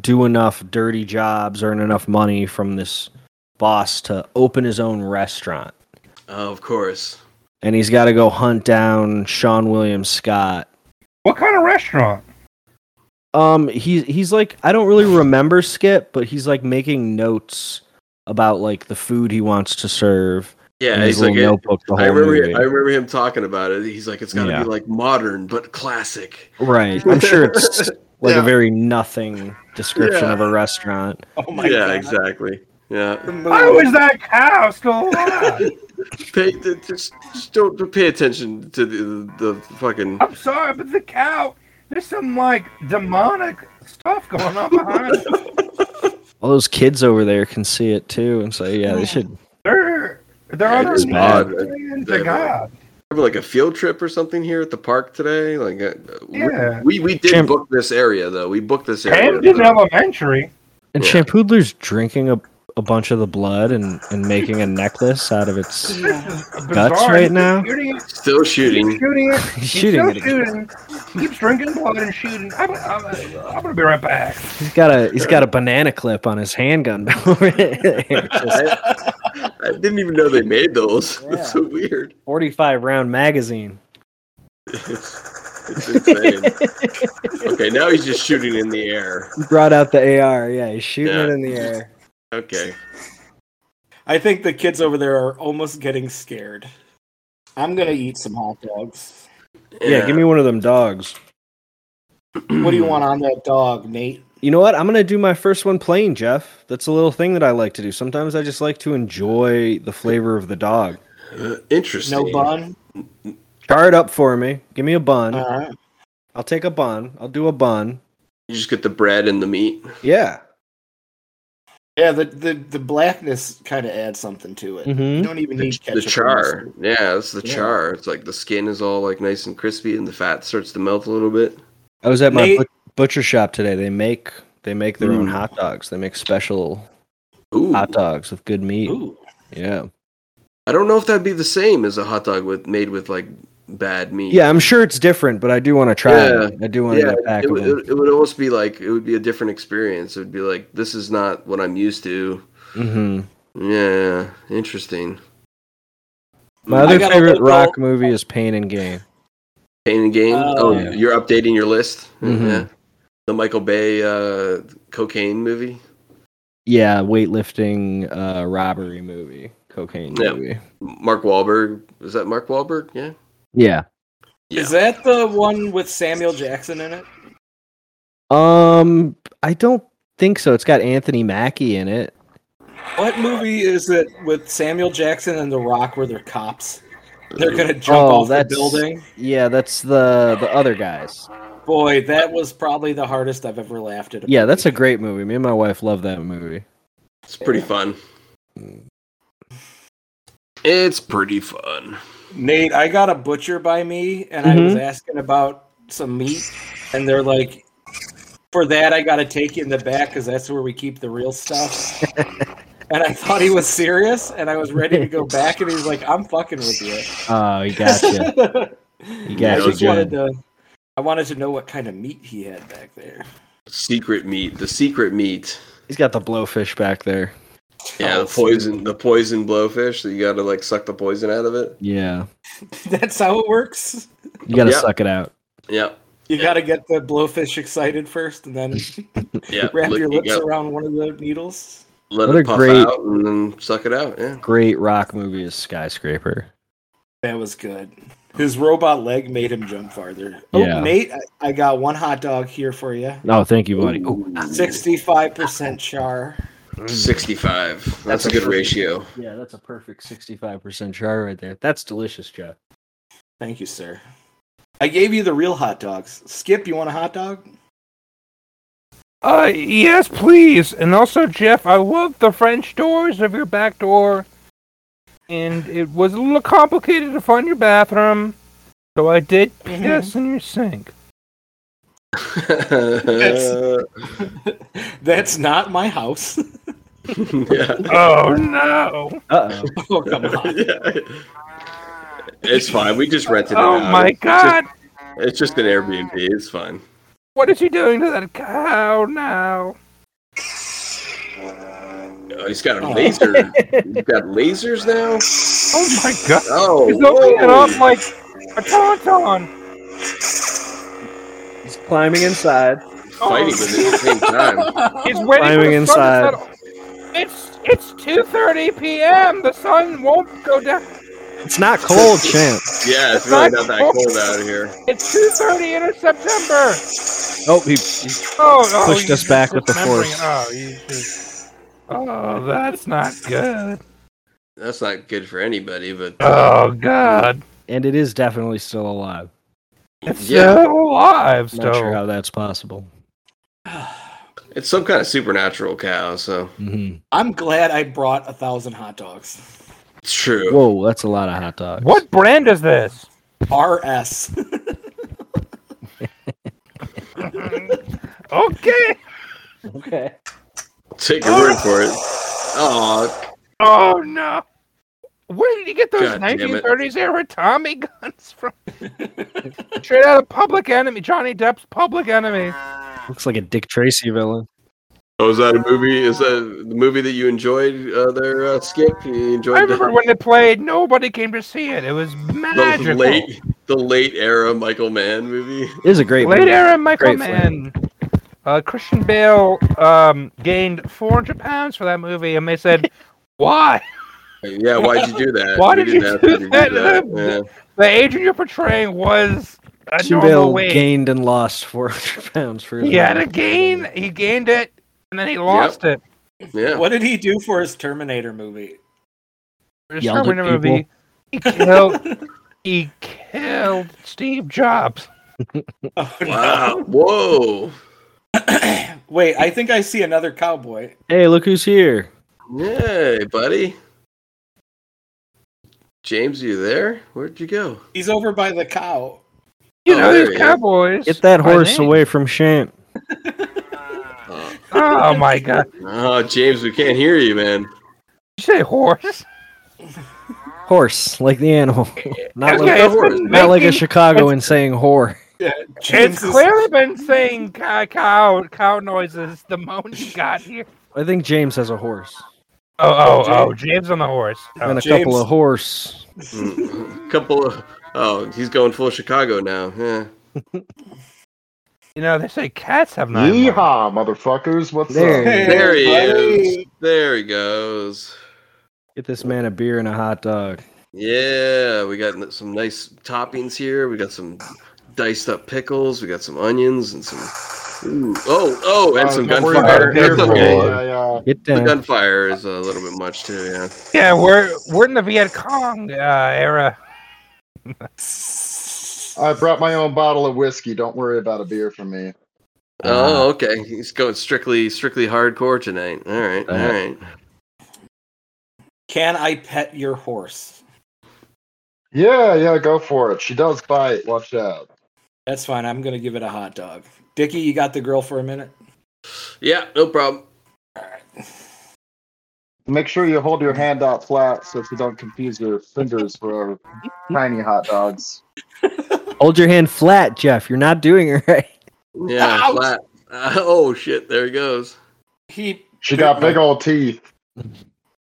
Speaker 6: do enough dirty jobs, earn enough money from this boss to open his own restaurant.
Speaker 2: Oh, of course.
Speaker 6: And he's got to go hunt down Sean William Scott.
Speaker 4: What kind of restaurant?
Speaker 6: Um, he's he's like I don't really remember Skip, but he's like making notes about like the food he wants to serve.
Speaker 2: Yeah,
Speaker 6: in his
Speaker 2: he's like.
Speaker 6: little
Speaker 2: it-
Speaker 6: notebook. The whole
Speaker 2: I remember.
Speaker 6: movie.
Speaker 2: I remember him talking about it. He's like, it's got to
Speaker 6: Yeah.
Speaker 2: be like modern but classic.
Speaker 6: Right. I'm sure it's like
Speaker 2: Yeah.
Speaker 6: a very nothing description
Speaker 2: Yeah.
Speaker 6: of a restaurant.
Speaker 3: Oh my
Speaker 2: yeah,
Speaker 3: god.
Speaker 2: exactly.
Speaker 3: The
Speaker 2: Yeah,
Speaker 3: movie.
Speaker 4: Why was that cow still alive?
Speaker 2: pay, th- just, just don't don't pay attention to the, the fucking.
Speaker 4: I'm sorry, but the cow. There's some like demonic stuff going on behind it.
Speaker 6: All those kids over there can see it too and say, yeah, they should.
Speaker 4: They're they're
Speaker 2: Yeah,
Speaker 4: on
Speaker 2: it's
Speaker 4: their
Speaker 2: odd,
Speaker 4: knees
Speaker 2: right?
Speaker 4: praying
Speaker 2: They
Speaker 4: to God.
Speaker 2: Remember, like a field trip or something here at the park today. Like, uh, we-
Speaker 4: Yeah.
Speaker 2: we, we did
Speaker 6: Jim-
Speaker 2: book this area though. We booked this area.
Speaker 4: Camden Elementary.
Speaker 6: And
Speaker 2: Yeah.
Speaker 6: Champoodler's drinking a, a bunch of the blood and, and making a necklace out of its.
Speaker 4: This is bizarre.
Speaker 6: right
Speaker 4: He's
Speaker 6: now?
Speaker 4: Shooting,
Speaker 2: Still shooting.
Speaker 4: he's shooting it. He's still
Speaker 6: shooting it again.
Speaker 4: shooting. He keeps drinking blood and shooting. I'm, I'm, I'm gonna be right back.
Speaker 6: He's got a he's got a banana clip on his handgun. Just
Speaker 2: I, I didn't even know they made those. That's so weird.
Speaker 6: Forty five round magazine.
Speaker 2: It's, it's insane. okay, now he's just shooting in the air.
Speaker 6: He brought out the AR. Yeah, he's shooting
Speaker 2: Yeah.
Speaker 6: it in the air.
Speaker 2: Okay.
Speaker 3: I think the kids over there are almost getting scared. I'm gonna eat some hot dogs.
Speaker 6: Yeah, give me one of them dogs.
Speaker 3: What
Speaker 2: Hmm.
Speaker 3: do you want on that dog, Nate?
Speaker 6: You know what? I'm gonna do my first one plain, Jeff. That's a little thing that I like to do. Sometimes I just like to enjoy the flavor of the dog.
Speaker 2: Uh, interesting.
Speaker 3: No bun?
Speaker 6: Char it up for me. Give me a bun.
Speaker 3: Alright.
Speaker 6: I'll take a bun. I'll do a bun.
Speaker 2: You just get the bread and the meat.
Speaker 6: Yeah.
Speaker 3: Yeah, the, the, the blackness kinda adds something to it. You
Speaker 6: Mm-hmm.
Speaker 3: don't even
Speaker 2: The,
Speaker 3: need ketchup.
Speaker 2: the
Speaker 3: and
Speaker 2: char.
Speaker 3: mustard.
Speaker 2: Yeah, that's the
Speaker 3: Yeah.
Speaker 2: char. It's like the skin is all like nice and crispy, and the fat starts to melt a little bit.
Speaker 6: I was at my
Speaker 3: Nate-
Speaker 6: but- butcher shop today. They make they make their own
Speaker 2: Mm.
Speaker 6: hot dogs. They make special
Speaker 2: Ooh,
Speaker 6: hot dogs with good meat.
Speaker 3: Ooh.
Speaker 6: Yeah.
Speaker 2: I don't know if that'd be the same as a hot dog with made with like bad meat.
Speaker 6: Yeah, I'm sure it's different, but I do want to try.
Speaker 2: Yeah.
Speaker 6: it. I do want to
Speaker 2: yeah.
Speaker 6: get back.
Speaker 2: It,
Speaker 6: of
Speaker 2: would- it,
Speaker 6: them.
Speaker 2: would- it would almost be like it would be a different experience. It would be like this is not what I'm used to.
Speaker 6: hmm
Speaker 2: Yeah, interesting.
Speaker 6: My
Speaker 3: I
Speaker 6: other
Speaker 3: got a
Speaker 6: favorite
Speaker 3: little-
Speaker 6: rock movie is Pain and Gain.
Speaker 2: Pain and Gain.
Speaker 3: Oh,
Speaker 2: oh,
Speaker 6: yeah.
Speaker 2: you're updating your list.
Speaker 3: Mm-hmm.
Speaker 6: Mhm.
Speaker 2: Yeah, the Michael Bay uh, cocaine movie.
Speaker 6: Yeah, weightlifting uh, robbery movie, cocaine
Speaker 2: Yeah.
Speaker 6: movie.
Speaker 2: Mark Wahlberg. Is that Mark Wahlberg? Yeah.
Speaker 6: Yeah.
Speaker 3: Is that the one with Samuel Jackson in it?
Speaker 6: Um, I don't think so. It's got Anthony Mackie in it.
Speaker 3: What movie is it with Samuel Jackson and The Rock where they're cops? They're gonna jump
Speaker 6: Oh,
Speaker 3: off
Speaker 6: that's-
Speaker 3: the building.
Speaker 6: Yeah, that's the the other guys.
Speaker 3: Boy, that was probably the hardest I've ever laughed at.
Speaker 6: Yeah, that's a great movie. Me and my wife love that movie.
Speaker 2: It's pretty fun.
Speaker 3: Mm.
Speaker 2: It's pretty fun.
Speaker 3: Nate, I got a butcher by me, and I was
Speaker 6: Mm-hmm.
Speaker 3: asking about some meat, and they're like, "For that, I got to take you in the back because that's where we keep the real stuff." and I thought he was serious, and I was ready to go back, and he was like, "I'm fucking with you."
Speaker 6: Oh, you gotcha. you
Speaker 3: I
Speaker 2: Yeah,
Speaker 6: gotcha.
Speaker 3: just
Speaker 6: good.
Speaker 3: wanted to, I wanted to know what kind of meat he had back there.
Speaker 2: Secret meat. The secret meat.
Speaker 6: He's got the blowfish back there.
Speaker 2: Yeah, the poison. The poison blowfish. So you got to like suck the poison out of it.
Speaker 6: Yeah,
Speaker 3: That's how it works.
Speaker 6: you gotta
Speaker 2: Yeah.
Speaker 6: suck it out.
Speaker 2: Yeah.
Speaker 3: You got to get the blowfish excited first, and then
Speaker 2: Yeah.
Speaker 3: wrap
Speaker 2: Let-
Speaker 3: your
Speaker 2: you
Speaker 3: lips
Speaker 2: gotta
Speaker 3: around one of the needles.
Speaker 2: Let
Speaker 6: What a
Speaker 2: it puff
Speaker 6: great-
Speaker 2: out and then suck it out. Yeah.
Speaker 6: Great rock movie is Skyscraper.
Speaker 3: That was good. His robot leg made him jump farther. Oh,
Speaker 6: Yeah.
Speaker 3: Nate, I, I got one hot dog here for you.
Speaker 6: Oh, thank you, buddy. Oh,
Speaker 3: 65% char.
Speaker 2: Sixty-five. That's,
Speaker 6: That's
Speaker 2: a
Speaker 6: a
Speaker 2: good
Speaker 6: pretty-
Speaker 2: ratio.
Speaker 6: yeah, that's a perfect sixty-five percent char right there. That's delicious, Jeff.
Speaker 3: Thank you, sir. I gave you the real hot dogs. Skip, you want a hot dog?
Speaker 4: Uh, yes, please. And also, Jeff, I love the French doors of your back door. And it was a little complicated to find your bathroom, so I did piss in your sink.
Speaker 3: That's not my house.
Speaker 2: yeah.
Speaker 4: Oh no!
Speaker 6: Uh
Speaker 3: oh, come on.
Speaker 2: It's fine. We just rented it.
Speaker 4: Oh
Speaker 2: out.
Speaker 4: my
Speaker 2: It's just-
Speaker 4: god!
Speaker 2: It's just an
Speaker 4: Ah.
Speaker 2: Airbnb. It's fine.
Speaker 4: What is he doing to that cow now?
Speaker 2: Oh, he's
Speaker 4: Ah.
Speaker 2: got a laser. he's got lasers now.
Speaker 4: Oh my god!
Speaker 2: Oh,
Speaker 4: He's opening it
Speaker 2: whoa.
Speaker 4: up like a tauntaun!
Speaker 6: oh. He's climbing inside.
Speaker 4: Oh,
Speaker 2: fighting with it at the same time.
Speaker 4: He's waiting
Speaker 6: Climbing
Speaker 4: for the sun
Speaker 6: inside.
Speaker 4: to settle. It's it's 2:30 p.m. The sun won't go down.
Speaker 6: It's not cold, champ.
Speaker 2: Yeah, it's really not that cold out here.
Speaker 4: It's 2:30 in September.
Speaker 6: Oh, he, he-
Speaker 4: Oh, oh
Speaker 6: Pushed
Speaker 4: you
Speaker 6: us back with the
Speaker 4: remembering-
Speaker 6: force.
Speaker 4: Oh, you just- oh, that's not good.
Speaker 2: That's not good for anybody, but
Speaker 4: Oh God,
Speaker 6: and it is definitely still alive.
Speaker 4: it's
Speaker 2: Yeah.
Speaker 4: still alive.
Speaker 6: I'm not sure
Speaker 4: Still.
Speaker 6: how that's possible.
Speaker 2: it's some kind of supernatural cow, so
Speaker 6: Mhm.
Speaker 3: I'm glad I brought a thousand hot dogs.
Speaker 2: it's true.
Speaker 6: Whoa, that's a lot of hot dogs.
Speaker 4: What brand is this?
Speaker 3: RS.
Speaker 4: Okay.
Speaker 6: Okay.
Speaker 2: Take your word for it. Oh,
Speaker 4: Oh no. Where did you get those
Speaker 2: God damn it.
Speaker 4: 1930s era Tommy guns from? Straight out of Public Enemy, Johnny Depp's Public Enemy.
Speaker 6: Looks like a Dick Tracy villain.
Speaker 2: oh, is that a movie? Is that the movie that you enjoyed uh, there, uh, Skip? You enjoyed
Speaker 4: I remember when they played. Nobody came to see it. It was
Speaker 2: the, the
Speaker 4: magical.
Speaker 2: late, the late era Michael Mann movie.
Speaker 6: It is a great
Speaker 4: Late
Speaker 6: movie.
Speaker 4: era Michael
Speaker 6: Great
Speaker 4: Mann. Uh, Christian Bale um, gained 400 pounds for that movie, and they said, "Why?
Speaker 2: Yeah, why'd you do that?
Speaker 4: Why
Speaker 2: We
Speaker 4: did you
Speaker 2: didn't
Speaker 4: do
Speaker 2: ask you to
Speaker 4: that? The agent you're portraying was a
Speaker 6: Christian
Speaker 4: normal
Speaker 6: Bale
Speaker 4: weight.
Speaker 6: gained and lost 400 pounds for his
Speaker 4: He had a
Speaker 6: role.
Speaker 4: gain. He gained it, and then he lost it.
Speaker 2: Yeah, yeah.
Speaker 3: What did he do for his Terminator movie?
Speaker 4: There's
Speaker 6: Yelled at
Speaker 4: Terminator
Speaker 6: people.
Speaker 4: movie. He killed. he killed Steve Jobs.
Speaker 3: Oh, no.
Speaker 2: Wow. Whoa.
Speaker 3: Wait, I think I see another cowboy.
Speaker 6: Hey, look who's here.
Speaker 2: Hey, buddy. James, are you there? Where'd you go?
Speaker 3: He's over by the cow.
Speaker 4: You
Speaker 2: Oh,
Speaker 4: know
Speaker 2: there
Speaker 4: these
Speaker 2: he is.
Speaker 4: cowboys.
Speaker 6: Get that
Speaker 4: Are
Speaker 6: horse
Speaker 4: they-
Speaker 6: away from Shamp.
Speaker 2: Oh,
Speaker 4: Oh my god!
Speaker 2: oh, James, we can't hear you, man.
Speaker 4: Did you say horse?
Speaker 6: Horse, like the animal. Not
Speaker 4: Okay,
Speaker 6: like,
Speaker 4: it's been
Speaker 6: not like a
Speaker 4: making-
Speaker 6: Chicagoan saying whore.
Speaker 4: It's
Speaker 3: Jesus.
Speaker 4: clearly been saying cow cow, cow noises the moment he got here.
Speaker 6: I think James has a horse.
Speaker 4: Oh, oh, oh, James on the horse. Oh.
Speaker 6: and a
Speaker 3: James.
Speaker 6: couple of horse.
Speaker 2: Mm. Couple of oh, he's going full Chicago now. Yeah.
Speaker 4: Oh. You know, they say cats have nine. lives.
Speaker 7: Yeehaw, motherfuckers! What's
Speaker 6: There
Speaker 7: up?
Speaker 6: you go.
Speaker 2: There he
Speaker 3: buddy.
Speaker 2: is. There he goes.
Speaker 6: Get this man a beer and a hot dog.
Speaker 2: Yeah, we got n- some nice toppings here. We got some diced up pickles. We got some onions and some. Ooh, oh, oh, and
Speaker 7: Uh,
Speaker 2: some
Speaker 7: don't worry
Speaker 2: gunfire.
Speaker 7: about it.
Speaker 2: That's okay.
Speaker 7: Yeah, yeah.
Speaker 6: Get
Speaker 2: The
Speaker 6: down.
Speaker 2: gunfire is a little bit much too. Yeah.
Speaker 4: Yeah, we're we're in the Viet Cong uh, era.
Speaker 7: I brought my own bottle of whiskey. Don't worry about a beer for me.
Speaker 2: Oh, okay. He's going strictly, strictly hardcore tonight. All right, all right.
Speaker 3: Can I pet your horse?
Speaker 7: Yeah, yeah, go for it. She does bite. Watch out.
Speaker 3: That's fine. I'm gonna give it a hot dog. Dickie, you got the girl for a minute.
Speaker 2: Yeah, no problem.
Speaker 7: Make sure you hold your hand out flat so she don't confuse your fingers for tiny hot dogs.
Speaker 6: Hold your hand flat, Jeff. You're not doing it right.
Speaker 2: Yeah,
Speaker 3: Ouch.
Speaker 2: flat. Uh, oh shit! There he goes.
Speaker 3: He,
Speaker 7: She got big old teeth.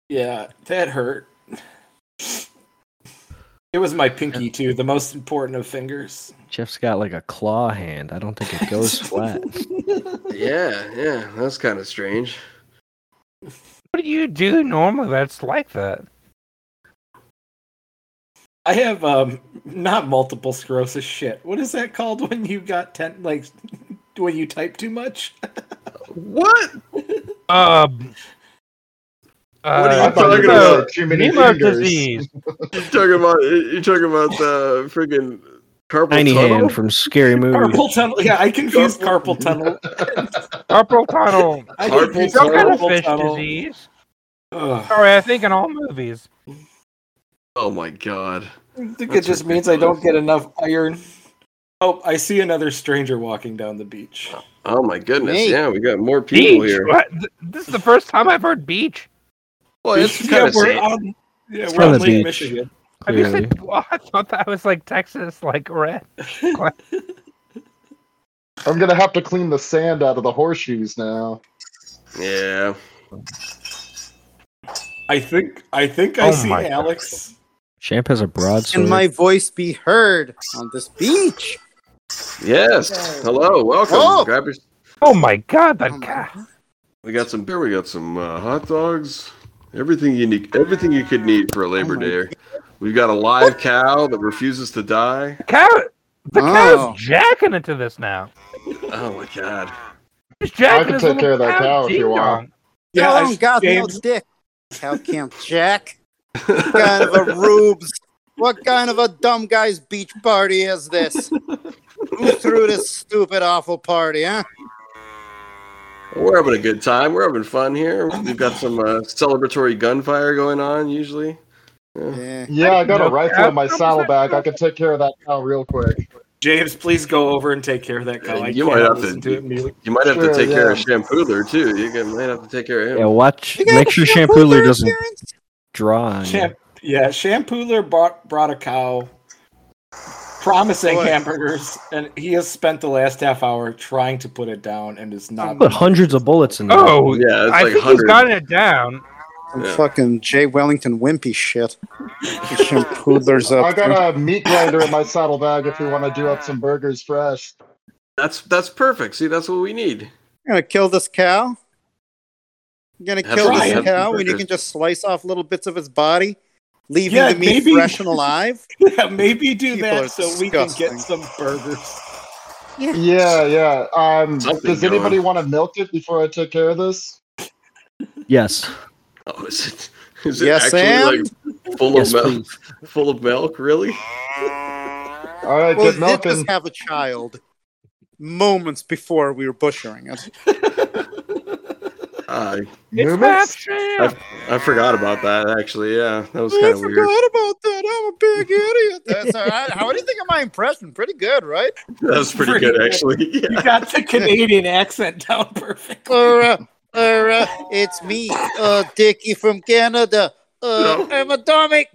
Speaker 3: yeah, that hurt. It was my pinky too, the most important of fingers.
Speaker 6: Jeff's got like a claw hand. I don't think it goes flat.
Speaker 2: Yeah, yeah. That's kind of strange.
Speaker 4: What do you do normally that's like that?
Speaker 3: I have um not multiple sclerosis shit. What is that called when you got ten like when you type too much?
Speaker 2: What?
Speaker 4: Um,
Speaker 2: are you
Speaker 7: I
Speaker 4: uh,
Speaker 7: thought you
Speaker 2: talking
Speaker 7: were gonna
Speaker 2: about?
Speaker 7: say too many
Speaker 4: Nemo
Speaker 7: fingers.
Speaker 4: disease.
Speaker 2: You talking about? You talking about the friggin' carpal
Speaker 6: Tiny
Speaker 2: tunnel?
Speaker 6: hand from scary movie.
Speaker 3: Carpal tunnel. Yeah, I confused carpal tunnel.
Speaker 4: Carpal tunnel.
Speaker 3: I
Speaker 2: Carpal
Speaker 3: confused
Speaker 4: Some kind of
Speaker 3: carpal
Speaker 4: fish
Speaker 3: tunnel.
Speaker 4: disease.
Speaker 3: Ugh.
Speaker 4: Sorry, I think in all movies.
Speaker 2: Oh my god.
Speaker 3: I think it
Speaker 2: That's
Speaker 3: just means I don't get enough iron. Oh, I see another stranger walking down the beach.
Speaker 2: Oh my goodness.
Speaker 8: Nate.
Speaker 2: Yeah, we got more people
Speaker 4: beach.
Speaker 2: here.
Speaker 4: What? Th- This is the first time I've heard beach.
Speaker 2: Well, it's
Speaker 3: Yeah,
Speaker 2: kind of
Speaker 3: we're
Speaker 2: sad.
Speaker 3: on- yeah,
Speaker 6: It's
Speaker 3: we're on
Speaker 6: from the
Speaker 3: Lake
Speaker 6: beach.
Speaker 3: Michigan.
Speaker 4: Have you
Speaker 6: Clearly.
Speaker 4: said, well, I thought that was like Texas, like red.
Speaker 7: I'm gonna have to clean the sand out of the horseshoes now.
Speaker 2: Yeah.
Speaker 3: I think I think I
Speaker 4: Oh
Speaker 3: see
Speaker 4: my
Speaker 3: Alex.
Speaker 6: Champ has a
Speaker 8: Can
Speaker 6: broadsword.
Speaker 8: my voice be heard on this beach?
Speaker 2: Yes. Hello. Welcome.
Speaker 8: Oh.
Speaker 2: Grab your.
Speaker 4: Oh my god, that
Speaker 8: Oh my
Speaker 4: guy.
Speaker 2: We got some beer. We got some uh, hot dogs. Everything you need. Everything you could need for a
Speaker 8: Oh
Speaker 2: Labor Day. We've got a live cow that refuses to die.
Speaker 4: Cow, the
Speaker 8: Oh.
Speaker 4: cow's jacking into this now.
Speaker 2: Oh my god.
Speaker 4: He's jacking
Speaker 7: I can
Speaker 4: his
Speaker 7: take
Speaker 4: little
Speaker 7: care of that cow if you
Speaker 4: ding-dong.
Speaker 7: want.
Speaker 8: Yeah, I
Speaker 3: I
Speaker 8: don't got
Speaker 3: James,
Speaker 8: Oh, no dick. How camp Jack? What kind of a rubes? What kind of a dumb guy's beach party is this? Who threw this stupid awful party, huh?
Speaker 2: We're having a good time. We're having fun here. We've got some uh, celebratory gunfire going on usually.
Speaker 8: Yeah.
Speaker 7: Yeah, I got a
Speaker 4: No,
Speaker 7: rifle in my
Speaker 4: I'm-
Speaker 7: saddlebag. I can take care of that cow real quick.
Speaker 3: James, please go over and take care of that cow. I
Speaker 2: You
Speaker 3: can't
Speaker 2: might have to-
Speaker 3: listen to it music.
Speaker 2: You might have
Speaker 7: Sure,
Speaker 2: to take care of
Speaker 7: yeah.
Speaker 2: Shampoodler too. You can, might have to take care of him.
Speaker 6: yeah, watch.
Speaker 8: You got
Speaker 6: Make
Speaker 8: a
Speaker 6: sure
Speaker 8: shampoo
Speaker 6: Shampooler
Speaker 8: for
Speaker 6: doesn't
Speaker 8: appearance?
Speaker 6: draw on you.
Speaker 3: Champ, yeah, Shampooler brought brought a cow, promising
Speaker 8: Boy.
Speaker 3: hamburgers, and he has spent the last half hour trying to put it down and is
Speaker 6: I
Speaker 3: not.
Speaker 6: put hundreds of bullets in there.
Speaker 4: Oh,
Speaker 2: Yeah, it's
Speaker 4: I
Speaker 2: like
Speaker 4: think he's
Speaker 2: 100.
Speaker 4: gotten it down.
Speaker 8: Some
Speaker 2: Yeah.
Speaker 8: fucking Jay Wellington wimpy shit. Shampoodler's
Speaker 7: I
Speaker 8: up. there.
Speaker 7: got a meat grinder in my saddlebag if we want to do up some burgers fresh.
Speaker 2: That's that's perfect. See, that's what we need.
Speaker 8: You're gonna kill this cow? You're gonna
Speaker 2: Have
Speaker 8: kill
Speaker 3: some-
Speaker 8: this
Speaker 3: have some
Speaker 8: cow and you
Speaker 2: burgers.
Speaker 8: can just slice off little bits of its body, leaving
Speaker 3: Yeah,
Speaker 8: the meat
Speaker 3: maybe.
Speaker 8: fresh and alive?
Speaker 3: Yeah, maybe do
Speaker 8: People are
Speaker 3: that so we can
Speaker 8: disgusting.
Speaker 3: get some burgers.
Speaker 7: Yeah, yeah. Um,
Speaker 2: Something
Speaker 7: does
Speaker 2: going.
Speaker 7: anybody want to milk it before I take care of this?
Speaker 6: Yes.
Speaker 2: Oh, is it? Is it
Speaker 8: Yes,
Speaker 2: actually
Speaker 8: and?
Speaker 2: like full
Speaker 6: Yes,
Speaker 2: of milk?
Speaker 6: please.
Speaker 2: Full of milk, really?
Speaker 7: All right,
Speaker 8: Well,
Speaker 7: get
Speaker 8: it did just
Speaker 7: milking.
Speaker 8: have a child moments before we were butchering it.
Speaker 2: I
Speaker 4: It's
Speaker 7: Movements?
Speaker 4: half champ.
Speaker 2: I forgot about that. Actually, yeah, that was kind of weird.
Speaker 8: about that. I'm a big idiot. That's all right. How what do you think of my impression? Pretty good, right?
Speaker 2: That was pretty good, actually.
Speaker 3: You
Speaker 2: Yeah.
Speaker 3: got the Canadian accent down perfect.
Speaker 8: Or, uh, or, uh, it's me, uh, Dickie from Canada. Uh, I'm a dummy.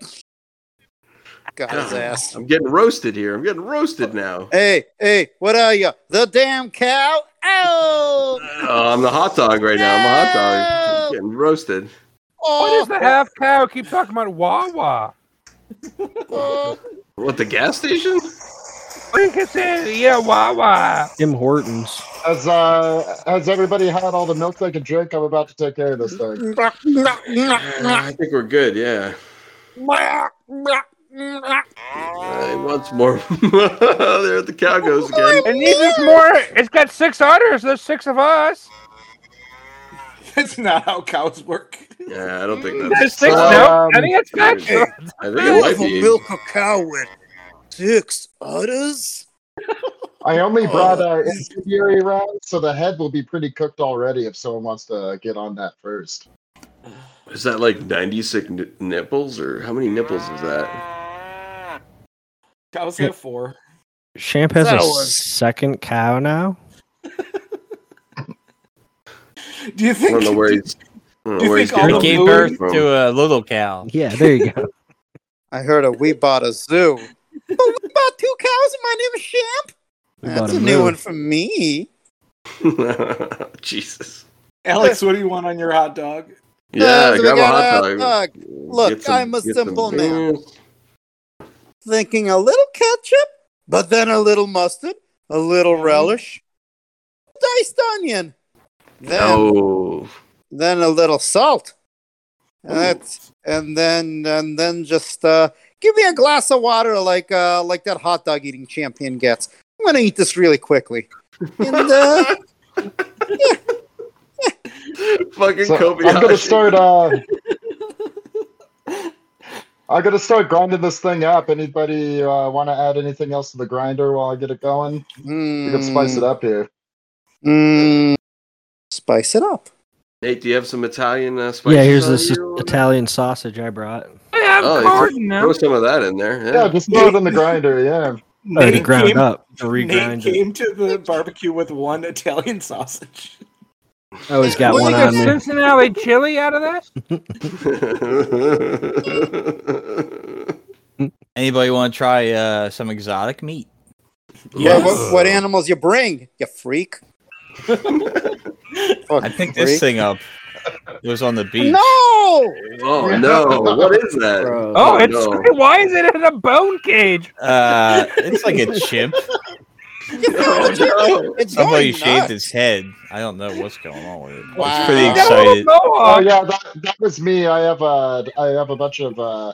Speaker 8: got his ass.
Speaker 2: I'm getting roasted here. I'm getting roasted now.
Speaker 8: Hey, hey, what are you? The damn cow? Oh!
Speaker 2: Oh, I'm the hot dog right now. I'm a hot dog. I'm getting roasted.
Speaker 4: What is
Speaker 2: Oh.
Speaker 4: the half cow? Keep talking about Wawa.
Speaker 8: Oh,
Speaker 2: What the gas station?
Speaker 4: We can say, yeah, Wawa.
Speaker 6: Tim Hortons.
Speaker 7: Has uh has everybody had all the milk they can drink? I'm about to take care of this thing.
Speaker 8: Ah.
Speaker 2: I think we're good. Yeah. Uh, he wants more. there the cow goes again.
Speaker 4: It needs us more. It's got six otters. There's six of us.
Speaker 3: That's not how cows work.
Speaker 2: Yeah, I don't think that's.
Speaker 4: There's six.
Speaker 7: Um,
Speaker 4: no, I think it's got
Speaker 2: I think it might
Speaker 8: Who
Speaker 2: be.
Speaker 8: milk a cow with six udders?
Speaker 2: Oh.
Speaker 7: I only brought uh intermediary round, so the head will be pretty cooked already if someone wants to get on that first.
Speaker 2: Is that like 96 n- nipples or how many nipples is that?
Speaker 3: Cows have four.
Speaker 6: Champ has
Speaker 8: That
Speaker 6: a
Speaker 8: was-
Speaker 6: second cow now.
Speaker 3: Do you
Speaker 2: I
Speaker 3: think?
Speaker 2: don't know where he's. I don't know
Speaker 3: You
Speaker 2: where he's
Speaker 3: think all
Speaker 2: getting
Speaker 3: the
Speaker 5: Gave
Speaker 2: all
Speaker 3: Louis-
Speaker 5: birth
Speaker 2: from.
Speaker 5: to a little cow.
Speaker 6: Yeah, there you go.
Speaker 8: I heard a we bought a zoo. but we bought two cows and my name is Champ.
Speaker 6: We bought
Speaker 8: That's
Speaker 6: a
Speaker 8: a new
Speaker 6: moo.
Speaker 8: one for me.
Speaker 2: Jesus.
Speaker 3: Alex, what do you want on your hot dog?
Speaker 2: Yeah,
Speaker 8: Uh, so we
Speaker 2: grab a
Speaker 8: got
Speaker 2: hot
Speaker 8: a
Speaker 2: dog.
Speaker 8: hot dog. Look,
Speaker 2: Get some-
Speaker 8: I'm a
Speaker 2: get some
Speaker 8: simple man.
Speaker 2: beans.
Speaker 8: Thinking a little ketchup, but then a little mustard, a little relish, diced onion, then,
Speaker 2: Oh,
Speaker 8: then a little salt. And that's and then and then just uh, give me a glass of water like uh, like that hot dog eating champion gets. I'm gonna eat this really quickly. And uh,
Speaker 2: fucking
Speaker 7: So I'm
Speaker 2: Kobe.
Speaker 7: gonna start uh I'm gonna start grinding this thing up. Anybody uh, want to add anything else to the grinder while I get it going?
Speaker 8: hmm.
Speaker 7: We can spice it up here.
Speaker 8: Mm, spice it up.
Speaker 2: Nate, do you have some Italian uh, spices?
Speaker 6: Yeah, here's
Speaker 2: on
Speaker 6: this
Speaker 2: you?
Speaker 6: Italian sausage I brought.
Speaker 4: I have
Speaker 2: Oh, it's a-
Speaker 4: corn now.
Speaker 2: Throw some of that in there.
Speaker 7: Yeah,
Speaker 2: Yeah.
Speaker 7: just throw it in the grinder. Yeah.
Speaker 6: Already ground
Speaker 3: came,
Speaker 6: up.
Speaker 3: Nate
Speaker 6: Regrind it.
Speaker 3: came to the barbecue with one Italian sausage.
Speaker 6: I always got
Speaker 4: What,
Speaker 6: one
Speaker 4: you got
Speaker 6: on me.
Speaker 4: Cincinnati chili out of this?
Speaker 5: Anybody want to try uh, some exotic meat?
Speaker 8: What, what, what animals you bring, you freak?
Speaker 5: I
Speaker 8: Fucking
Speaker 5: picked this
Speaker 8: freak.
Speaker 5: thing up. It was on the beach.
Speaker 8: No!
Speaker 2: oh no! What is that?
Speaker 4: Oh,
Speaker 2: Oh,
Speaker 4: it's
Speaker 2: no.
Speaker 4: why is it in a bone cage?
Speaker 5: Uh, it's like a chimp.
Speaker 2: Oh,
Speaker 8: It's
Speaker 5: Somebody
Speaker 8: going
Speaker 5: shaved
Speaker 8: nuts.
Speaker 5: its head. I don't know what's going on with it.
Speaker 8: Wow.
Speaker 5: It's pretty
Speaker 8: You
Speaker 4: Got a little
Speaker 5: excited.
Speaker 4: mohawk.
Speaker 7: Oh yeah, that, that was me. I have a I have a bunch of uh,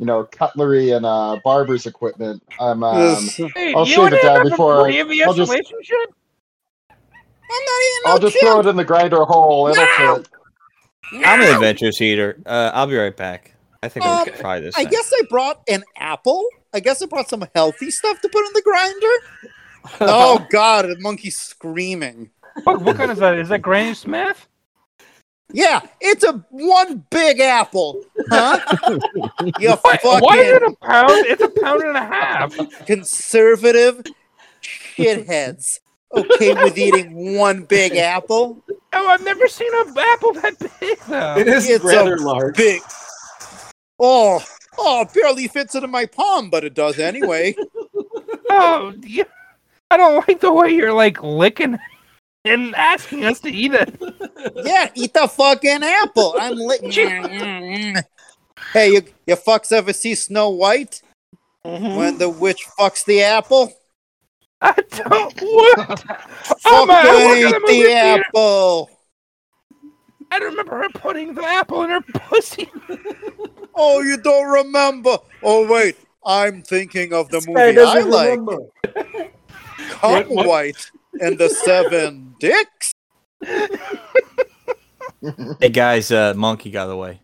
Speaker 7: you know cutlery and uh, barber's equipment. I'm um,
Speaker 8: This- I'm
Speaker 4: Hey,
Speaker 7: I'll
Speaker 4: you
Speaker 7: shave
Speaker 4: and
Speaker 7: it
Speaker 4: him
Speaker 7: down
Speaker 4: have a
Speaker 7: before I-
Speaker 4: previous
Speaker 7: I'll just-
Speaker 4: relationship?
Speaker 8: not even
Speaker 7: I'll
Speaker 8: no
Speaker 7: just
Speaker 8: kid.
Speaker 7: throw it in the grinder hole. It'll fit.
Speaker 5: I'm an adventurous eater. Uh, I'll be right back. I think
Speaker 8: Um,
Speaker 5: we'll try this.
Speaker 8: I
Speaker 5: thing.
Speaker 8: guess I brought an apple. I guess I brought some healthy stuff to put in the grinder. oh god, the monkey's screaming.
Speaker 4: What, what kind is that? Is that Granny Smith?
Speaker 8: Yeah, it's a one big apple. Huh? you fucking
Speaker 4: Why is it a pound? It's a pound and a half.
Speaker 8: conservative shitheads okay with eating one big apple?
Speaker 4: Oh, I've never seen an apple that big though.
Speaker 3: It is
Speaker 8: It's
Speaker 3: rather
Speaker 8: a
Speaker 3: large.
Speaker 8: Big. Oh, oh, it barely fits into my palm, but it does anyway.
Speaker 4: Oh, you, I don't like the way you're like licking and asking us to eat it.
Speaker 8: yeah, eat the fucking apple. I'm lit. hey, you, you fucks ever see Snow White? When the witch fucks the apple?
Speaker 4: I don't what. Oh
Speaker 8: Fucking
Speaker 4: my! I work in the
Speaker 8: eat
Speaker 4: movie
Speaker 8: the
Speaker 4: theater.
Speaker 8: apple.
Speaker 4: I remember her putting the apple in her pussy.
Speaker 8: Oh, you don't remember? Oh, wait. I'm thinking of the movie I like. Come
Speaker 3: What- what-
Speaker 8: White and the Seven Dicks.
Speaker 5: Hey guys, uh, monkey got away.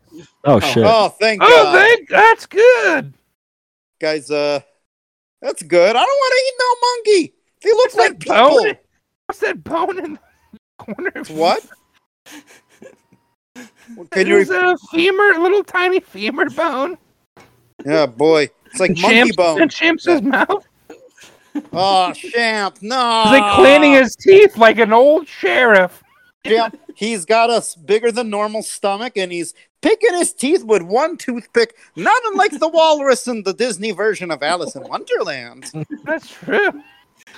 Speaker 6: Oh shit.
Speaker 8: Oh, thank
Speaker 4: Oh,
Speaker 8: God,
Speaker 4: thank that's good.
Speaker 8: guys. Uh, that's good. I don't want to eat no monkey. They look
Speaker 4: What's
Speaker 8: like
Speaker 4: that bone?
Speaker 8: people.
Speaker 4: What's that bone in the corner? of-
Speaker 8: What? Can you?
Speaker 4: Is
Speaker 8: Re-
Speaker 4: it a uh, femur? Little tiny femur bone.
Speaker 8: yeah, boy, it's like monkey
Speaker 4: Champs-
Speaker 8: bone.
Speaker 4: In Champs's mouth.
Speaker 8: Oh, champ, no.
Speaker 4: Ah. He's like cleaning his teeth like an old sheriff.
Speaker 8: jam. He's got a s- bigger than normal stomach, and he's picking his teeth with one toothpick, not unlike the walrus in the Disney version of Alice in Wonderland.
Speaker 4: That's true.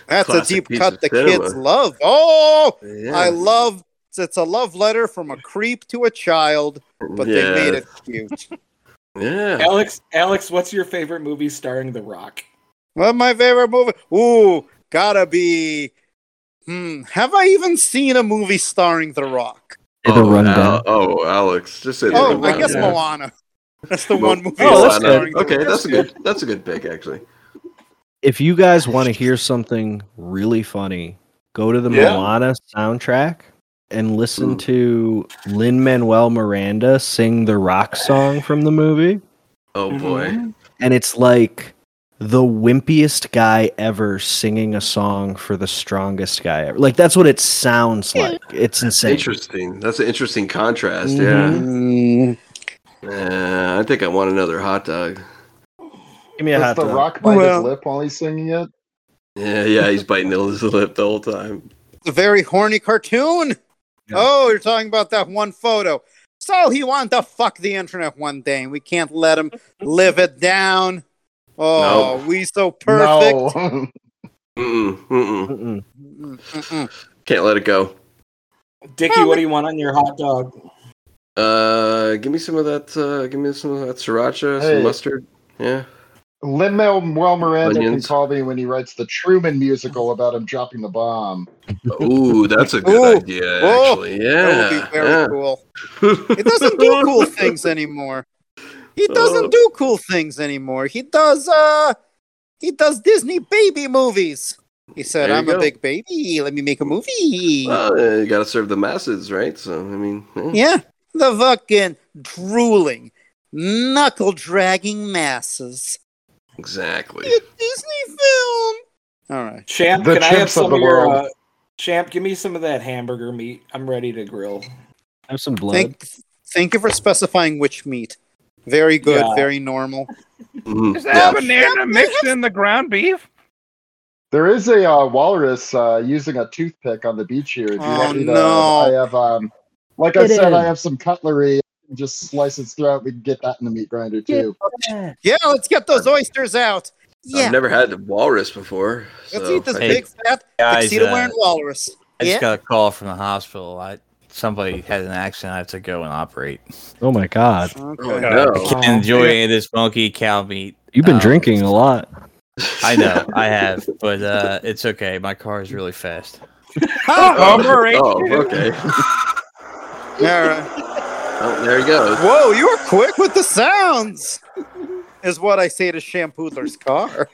Speaker 8: That's
Speaker 2: Classic
Speaker 8: a deep
Speaker 2: piece
Speaker 8: cut
Speaker 2: of
Speaker 8: the
Speaker 2: cinema.
Speaker 8: kids love. Oh,
Speaker 2: Yeah.
Speaker 8: I love. It's a love letter from a creep to a child, but
Speaker 2: Yeah.
Speaker 8: they made it cute.
Speaker 2: Yeah.
Speaker 3: Alex, Alex, what's your favorite movie starring The Rock?
Speaker 8: Well, my favorite movie. Ooh, gotta be. Hmm. Have I even seen a movie starring The Rock?
Speaker 6: It'll run
Speaker 2: Al-
Speaker 6: down.
Speaker 2: oh, Alex, just say.
Speaker 8: Oh,
Speaker 2: it'll
Speaker 8: I
Speaker 2: run
Speaker 8: guess
Speaker 2: down.
Speaker 8: Moana. That's the
Speaker 2: Mo-
Speaker 8: one movie.
Speaker 2: Oh, that's
Speaker 8: starring
Speaker 2: good.
Speaker 8: The
Speaker 2: Okay,
Speaker 8: Rock.
Speaker 2: that's a good. That's a good pick, actually.
Speaker 6: If you guys want to hear something really funny, go to the
Speaker 2: Yeah.
Speaker 6: Moana soundtrack and listen to Lin Manuel Miranda sing the rock song from the movie.
Speaker 2: Oh
Speaker 8: Mm-hmm.
Speaker 2: boy.
Speaker 6: And it's like the wimpiest guy ever singing a song for the strongest guy ever. Like that's what it sounds like. It's insane.
Speaker 2: Interesting. That's an interesting contrast.
Speaker 8: Mm,
Speaker 2: Yeah. Uh, I think I want another hot dog.
Speaker 6: Give me a
Speaker 7: Does
Speaker 6: hot
Speaker 7: the
Speaker 6: dog.
Speaker 7: rock bite
Speaker 8: Well-
Speaker 7: his lip while he's singing it?
Speaker 2: Yeah, yeah. He's biting his lip the whole time.
Speaker 8: it's a very horny cartoon. Oh, you're talking about that one photo. So he wanted to fuck the internet one day, and we can't let him live it down. Oh, we so perfect.
Speaker 7: No.
Speaker 2: Mm-mm, mm-mm.
Speaker 6: Mm-mm.
Speaker 8: Mm, mm, mm.
Speaker 2: Can't let it go.
Speaker 3: Dickie, what do you want on your hot dog?
Speaker 2: Uh, give me some of that. Uh, give me some of that sriracha,
Speaker 7: Hey.
Speaker 2: some mustard. Yeah.
Speaker 7: Lin Manuel Miranda
Speaker 2: Onions.
Speaker 7: can call me when he writes the Truman musical about him dropping the bomb.
Speaker 2: Ooh, that's a
Speaker 8: Ooh.
Speaker 2: good idea.
Speaker 8: Ooh.
Speaker 2: Actually, yeah.
Speaker 8: That would be very
Speaker 2: yeah.
Speaker 8: cool. He doesn't do cool things anymore. He
Speaker 2: Uh.
Speaker 8: doesn't do cool things anymore. He does uh he does Disney baby movies. He said,
Speaker 2: There you
Speaker 8: I'm a
Speaker 2: go.
Speaker 8: big baby, let me make a movie.
Speaker 2: Well, uh, you gotta serve the masses, right? So I mean, yeah.
Speaker 8: yeah. The fucking drooling, knuckle dragging masses.
Speaker 2: exactly.
Speaker 8: A Disney film. Alright.
Speaker 3: Champ,
Speaker 7: The
Speaker 3: can I have
Speaker 7: chimps of
Speaker 3: some
Speaker 7: the
Speaker 3: of your?
Speaker 7: world.
Speaker 3: Uh, Champ, give me some of that hamburger meat. I'm ready to grill.
Speaker 6: Have some blood.
Speaker 8: Thank thank you for specifying which meat. Very good,
Speaker 3: Yeah.
Speaker 8: very normal.
Speaker 2: Mm,
Speaker 4: Is
Speaker 2: yeah.
Speaker 4: that banana mixed in the ground beef?
Speaker 7: There is a uh, walrus uh, using a toothpick on the beach here. If you
Speaker 8: Oh,
Speaker 7: want me to,
Speaker 8: no.
Speaker 7: I have, um, like I
Speaker 6: Get
Speaker 7: said,
Speaker 6: in.
Speaker 7: I have some cutlery. Just slice its throat. We can get that in the meat grinder too.
Speaker 8: Yeah, let's get those oysters out. Yeah.
Speaker 2: I've never had walrus before.
Speaker 8: Let's
Speaker 2: so
Speaker 8: eat this
Speaker 2: I-
Speaker 8: big fat
Speaker 5: Guys,
Speaker 8: tuxedo
Speaker 5: uh,
Speaker 8: wearing walrus.
Speaker 5: I just
Speaker 8: Yeah.
Speaker 5: got a call from the hospital. I somebody had an accident. I have to go and operate.
Speaker 6: Oh my god.
Speaker 2: Oh,
Speaker 8: Okay.
Speaker 2: no.
Speaker 5: Can't enjoy any of this monkey cow meat.
Speaker 6: You've been
Speaker 5: Um,
Speaker 6: drinking a lot.
Speaker 5: I know I have, but uh, it's okay. My car is really fast.
Speaker 4: Oh, overrated.
Speaker 2: Oh, okay.
Speaker 8: All right.
Speaker 2: Oh, there you go.
Speaker 8: Whoa, you were quick with the sounds, is what I say to Shampoodler's car.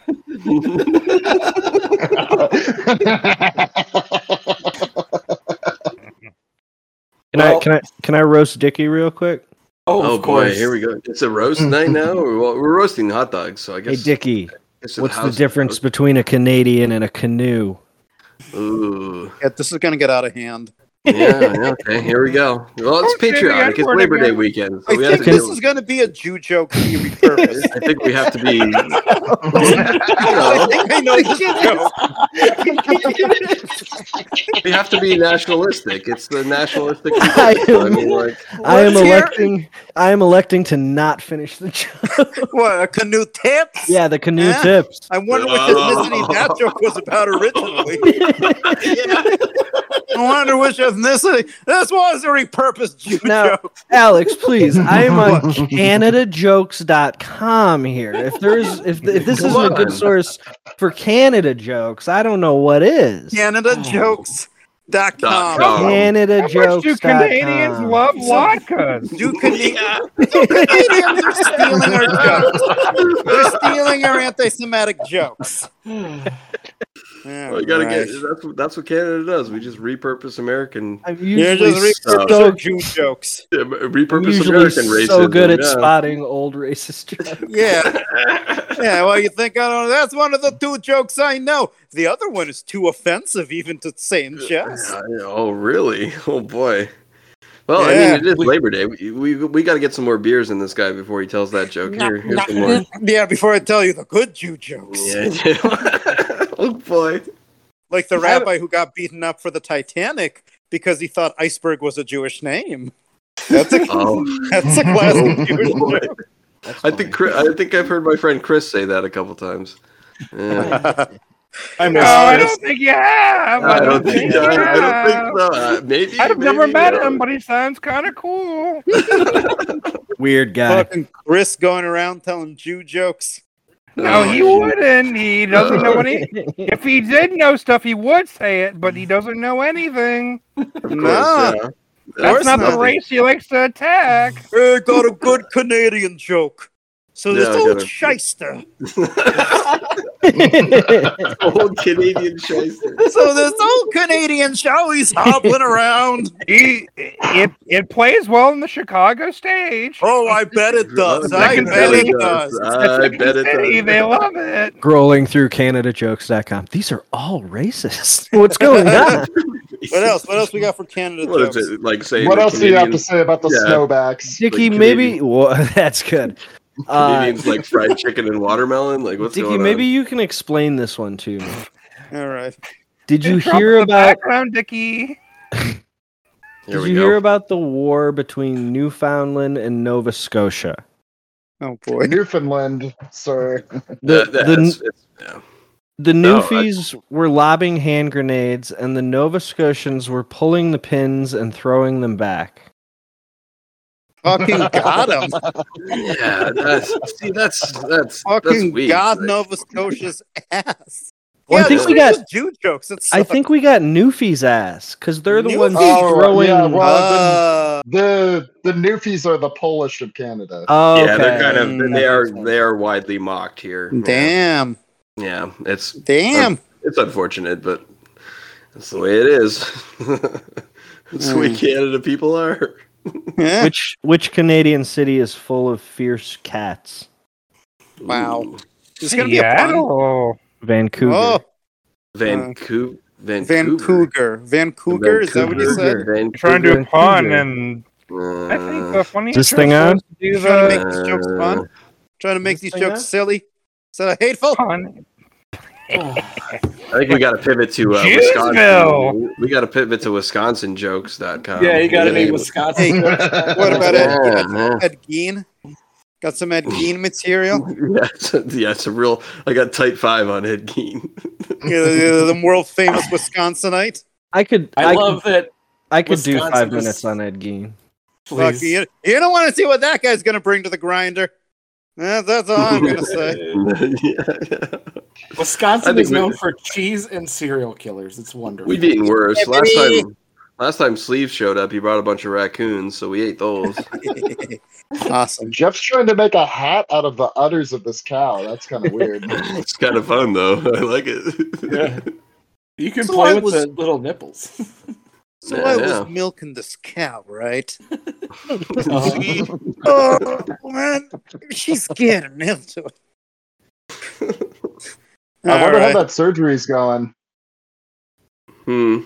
Speaker 6: Can
Speaker 3: Well-
Speaker 6: I can I can I roast Dicky real quick?
Speaker 3: Oh,
Speaker 2: Oh
Speaker 3: of
Speaker 2: boy,
Speaker 3: course.
Speaker 2: here we go. It's a roast night now. Or, well, we're roasting hot dogs, so I guess.
Speaker 6: Hey Dicky,
Speaker 2: guess it
Speaker 6: what's the
Speaker 2: house-
Speaker 6: difference between a Canadian and a canoe?
Speaker 2: Ooh,
Speaker 8: Yeah, this is gonna get out of hand.
Speaker 2: yeah, yeah, okay. Here we go. Well, it's
Speaker 4: Don't say the
Speaker 2: patriotic. It's
Speaker 4: N-word
Speaker 2: Labor Day
Speaker 4: again.
Speaker 2: weekend, so
Speaker 8: I
Speaker 2: we have
Speaker 8: think
Speaker 2: to.
Speaker 8: this
Speaker 2: deal-
Speaker 8: is gonna be a Jew joke to be repurposed.
Speaker 2: I think we have to be.
Speaker 8: I think I know this joke.
Speaker 2: we have to be nationalistic. It's the nationalistic.
Speaker 6: I
Speaker 2: people. I mean, like,
Speaker 6: I am
Speaker 8: Let's hear-
Speaker 6: electing I am electing to not finish the joke.
Speaker 8: What a canoe tips?
Speaker 6: yeah, the canoe
Speaker 8: Yeah.
Speaker 6: tips.
Speaker 8: I wonder what ethnicity that joke was about originally. I wonder which ethnicity. This was a repurposed Jew
Speaker 6: No.
Speaker 8: joke.
Speaker 6: Alex, please. I am on canadajokes.com here. If there is if, if this
Speaker 2: Come
Speaker 6: isn't a good
Speaker 2: on.
Speaker 6: source for Canada jokes, I don't know what is.
Speaker 2: Dot
Speaker 8: CanadaJokes.com.
Speaker 2: com.
Speaker 6: Canada
Speaker 4: How much
Speaker 6: jokes.
Speaker 4: do Canadians love vodkas?
Speaker 8: Do Canadians, Canadians are stealing our jokes? They're stealing our anti-Semitic jokes.
Speaker 2: we gotta get. That's what- that's what Canada does. We just repurpose American.
Speaker 6: I'm
Speaker 8: You're
Speaker 6: usually
Speaker 8: just repurposed
Speaker 6: so,
Speaker 8: our Jew jokes.
Speaker 2: Yeah,
Speaker 6: I'm
Speaker 2: repurpose
Speaker 6: usually
Speaker 2: American racism.
Speaker 6: so good at
Speaker 2: yeah.
Speaker 6: spotting old racist jokes.
Speaker 8: Yeah, yeah. Well, you think I don't? That's one of the two jokes I know. The other one is too offensive, even to say in jest.
Speaker 2: Yeah, yeah. Oh, really? Oh boy. Well,
Speaker 8: Yeah.
Speaker 2: I mean, it is Labor Day. We we, we got to get some more beers in this guy before he tells that joke. Here, here's some more.
Speaker 8: Yeah. Before I tell you the good Jew jokes,
Speaker 2: Yeah. oh boy.
Speaker 8: like the rabbi who got beaten up for the Titanic. because he thought iceberg was a Jewish name. That's a
Speaker 2: Oh.
Speaker 8: that's a classic Jewish
Speaker 2: Boy.
Speaker 8: joke.
Speaker 2: I think Chris, I think I've heard my friend Chris say that a couple times. Yeah.
Speaker 8: I miss
Speaker 4: No, Oh, I
Speaker 8: Chris.
Speaker 4: don't think you have.
Speaker 2: I don't think
Speaker 4: you
Speaker 2: I, I
Speaker 4: have.
Speaker 2: don't think so. Uh, maybe
Speaker 4: I've
Speaker 2: maybe,
Speaker 4: never met
Speaker 2: uh,
Speaker 4: him, but he sounds kind of cool.
Speaker 6: Weird guy.
Speaker 8: fucking Chris going around telling Jew jokes.
Speaker 4: No, he
Speaker 2: shit.
Speaker 4: wouldn't. He doesn't know any. If he did know stuff, he would say it, but he doesn't know anything.
Speaker 2: Of course,
Speaker 8: Nah.
Speaker 2: yeah.
Speaker 4: That's
Speaker 8: course
Speaker 4: not the
Speaker 8: not.
Speaker 4: race he likes to attack.
Speaker 8: Hey, got a good Canadian joke. So
Speaker 2: Yeah,
Speaker 8: this
Speaker 2: I got
Speaker 8: old
Speaker 2: it.
Speaker 8: shyster.
Speaker 2: Old Canadian shyster.
Speaker 8: So this old Canadian show he's hobbling around.
Speaker 4: He it it plays well in the Chicago stage.
Speaker 8: Oh, I bet it does. I
Speaker 4: Second
Speaker 8: bet
Speaker 4: Valley
Speaker 8: it does.
Speaker 4: That's
Speaker 2: I
Speaker 4: like
Speaker 2: bet
Speaker 4: the
Speaker 2: it
Speaker 4: city,
Speaker 2: does.
Speaker 4: They love it.
Speaker 6: Scrolling through CanadaJokes.com. These are all racist. What's going on?
Speaker 8: What else? What else we got for Canada
Speaker 2: What
Speaker 8: jokes?
Speaker 2: is it like saying?
Speaker 7: What
Speaker 2: that
Speaker 7: else do you have to
Speaker 2: Canadians-
Speaker 7: say about the
Speaker 2: Yeah.
Speaker 7: snowbacks?
Speaker 6: Dickie,
Speaker 2: Like
Speaker 6: maybe. Well, that's good. Uh,
Speaker 2: Canadians like fried chicken and watermelon. Like what's
Speaker 6: Dickie,
Speaker 2: going
Speaker 6: maybe you can explain this one to me.
Speaker 8: All right.
Speaker 6: Did you
Speaker 4: It's trouble
Speaker 6: hear
Speaker 4: in the
Speaker 6: about?
Speaker 4: background, Dickie?
Speaker 2: on? Here
Speaker 6: Did
Speaker 2: we
Speaker 6: you
Speaker 2: go.
Speaker 6: hear about the war between Newfoundland and Nova Scotia?
Speaker 8: Oh boy.
Speaker 7: Newfoundland, sir.
Speaker 6: The
Speaker 2: That- that-
Speaker 6: the,
Speaker 2: it's- it's- yeah.
Speaker 6: the
Speaker 2: No, I-
Speaker 6: Newfies were lobbing hand grenades, and the Nova Scotians were pulling the pins and throwing them back.
Speaker 8: Fucking got him.
Speaker 2: Yeah, that's see, that's that's
Speaker 8: Fucking
Speaker 2: that's weak.
Speaker 8: God
Speaker 2: Like,
Speaker 8: Nova Scotia's ass.
Speaker 6: Well, I think
Speaker 8: this
Speaker 6: we
Speaker 8: is
Speaker 6: got-
Speaker 8: Jew jokes. It's
Speaker 6: I think we got Newfie's ass because they're the ones
Speaker 7: Newfies?
Speaker 6: throwing.
Speaker 7: Oh, yeah, well-
Speaker 8: uh,
Speaker 7: the the Newfies are the Polish of Canada.
Speaker 6: Oh,
Speaker 2: Yeah, they're kind
Speaker 6: okay.
Speaker 2: of they are they are widely mocked here. Yeah.
Speaker 8: damn,
Speaker 2: Yeah, it's
Speaker 8: damn.
Speaker 2: it's unfortunate, but that's the way it is. that's the way
Speaker 8: Mm.
Speaker 2: Canada people are.
Speaker 8: Yeah.
Speaker 6: Which which Canadian city is full of fierce cats?
Speaker 8: Wow.
Speaker 2: Ooh.
Speaker 8: It's gonna be a pun.
Speaker 6: Vancouver.
Speaker 8: Oh,
Speaker 2: Vancouver. Vancouver.
Speaker 8: Vancouver, Vancouver. Is that what you said?
Speaker 6: Vancouver.
Speaker 2: Vancouver.
Speaker 4: Trying to do a
Speaker 6: Vancouver.
Speaker 4: pun, and I think the
Speaker 2: Uh,
Speaker 4: funniest
Speaker 6: this
Speaker 4: joke
Speaker 6: thing
Speaker 4: was
Speaker 6: on?
Speaker 4: to do the
Speaker 8: Trying to make these jokes fun. Trying to make
Speaker 6: Is this
Speaker 8: these
Speaker 6: thing
Speaker 8: jokes
Speaker 6: on?
Speaker 8: silly. Is that hateful?
Speaker 4: pun.
Speaker 2: I think we got to pivot to uh,
Speaker 4: Jewsville.
Speaker 2: Wisconsin. We got to pivot to WisconsinJokes.com.
Speaker 3: Yeah, you got to
Speaker 2: We're
Speaker 3: be
Speaker 2: gonna-
Speaker 3: Wisconsin.
Speaker 7: uh,
Speaker 8: What about Ed,
Speaker 2: Yeah, yeah.
Speaker 8: Ed Gein? Got some Ed Gein material.
Speaker 2: Yeah, it's a, yeah, it's a real. I got type five on Ed Gein.
Speaker 8: Yeah, the, the- the world famous Wisconsinite.
Speaker 6: I could I,
Speaker 3: I
Speaker 6: could-
Speaker 3: love that.
Speaker 6: I could do
Speaker 3: Wisconsin
Speaker 6: five
Speaker 3: is-
Speaker 6: minutes on Ed Gein.
Speaker 8: Fuck,
Speaker 3: Please.
Speaker 8: you, you don't want to see what that guy's going to bring to the grinder. Eh, that's all I'm going to say.
Speaker 2: yeah. I
Speaker 3: Wisconsin
Speaker 2: think
Speaker 3: is
Speaker 2: we-
Speaker 3: known for cheese and serial killers. It's wonderful.
Speaker 2: We've eaten worse.
Speaker 8: Yeah,
Speaker 2: Last
Speaker 8: baby.
Speaker 2: time, last time Sleeve showed up, he brought a bunch of raccoons, so we ate those.
Speaker 8: awesome.
Speaker 7: Jeff's trying to make a hat out of the udders of this cow. That's kind of weird.
Speaker 2: it's kind of fun though. I like it.
Speaker 3: Yeah. You can
Speaker 8: So I
Speaker 3: play with
Speaker 8: was-
Speaker 3: the little nipples.
Speaker 8: So
Speaker 2: Yeah,
Speaker 8: I
Speaker 2: yeah.
Speaker 8: was milking this cow, right?
Speaker 3: Uh-huh.
Speaker 8: See? oh man, she's getting into it.
Speaker 7: I
Speaker 8: All
Speaker 7: wonder
Speaker 8: right.
Speaker 7: how that surgery's going.
Speaker 2: Hmm.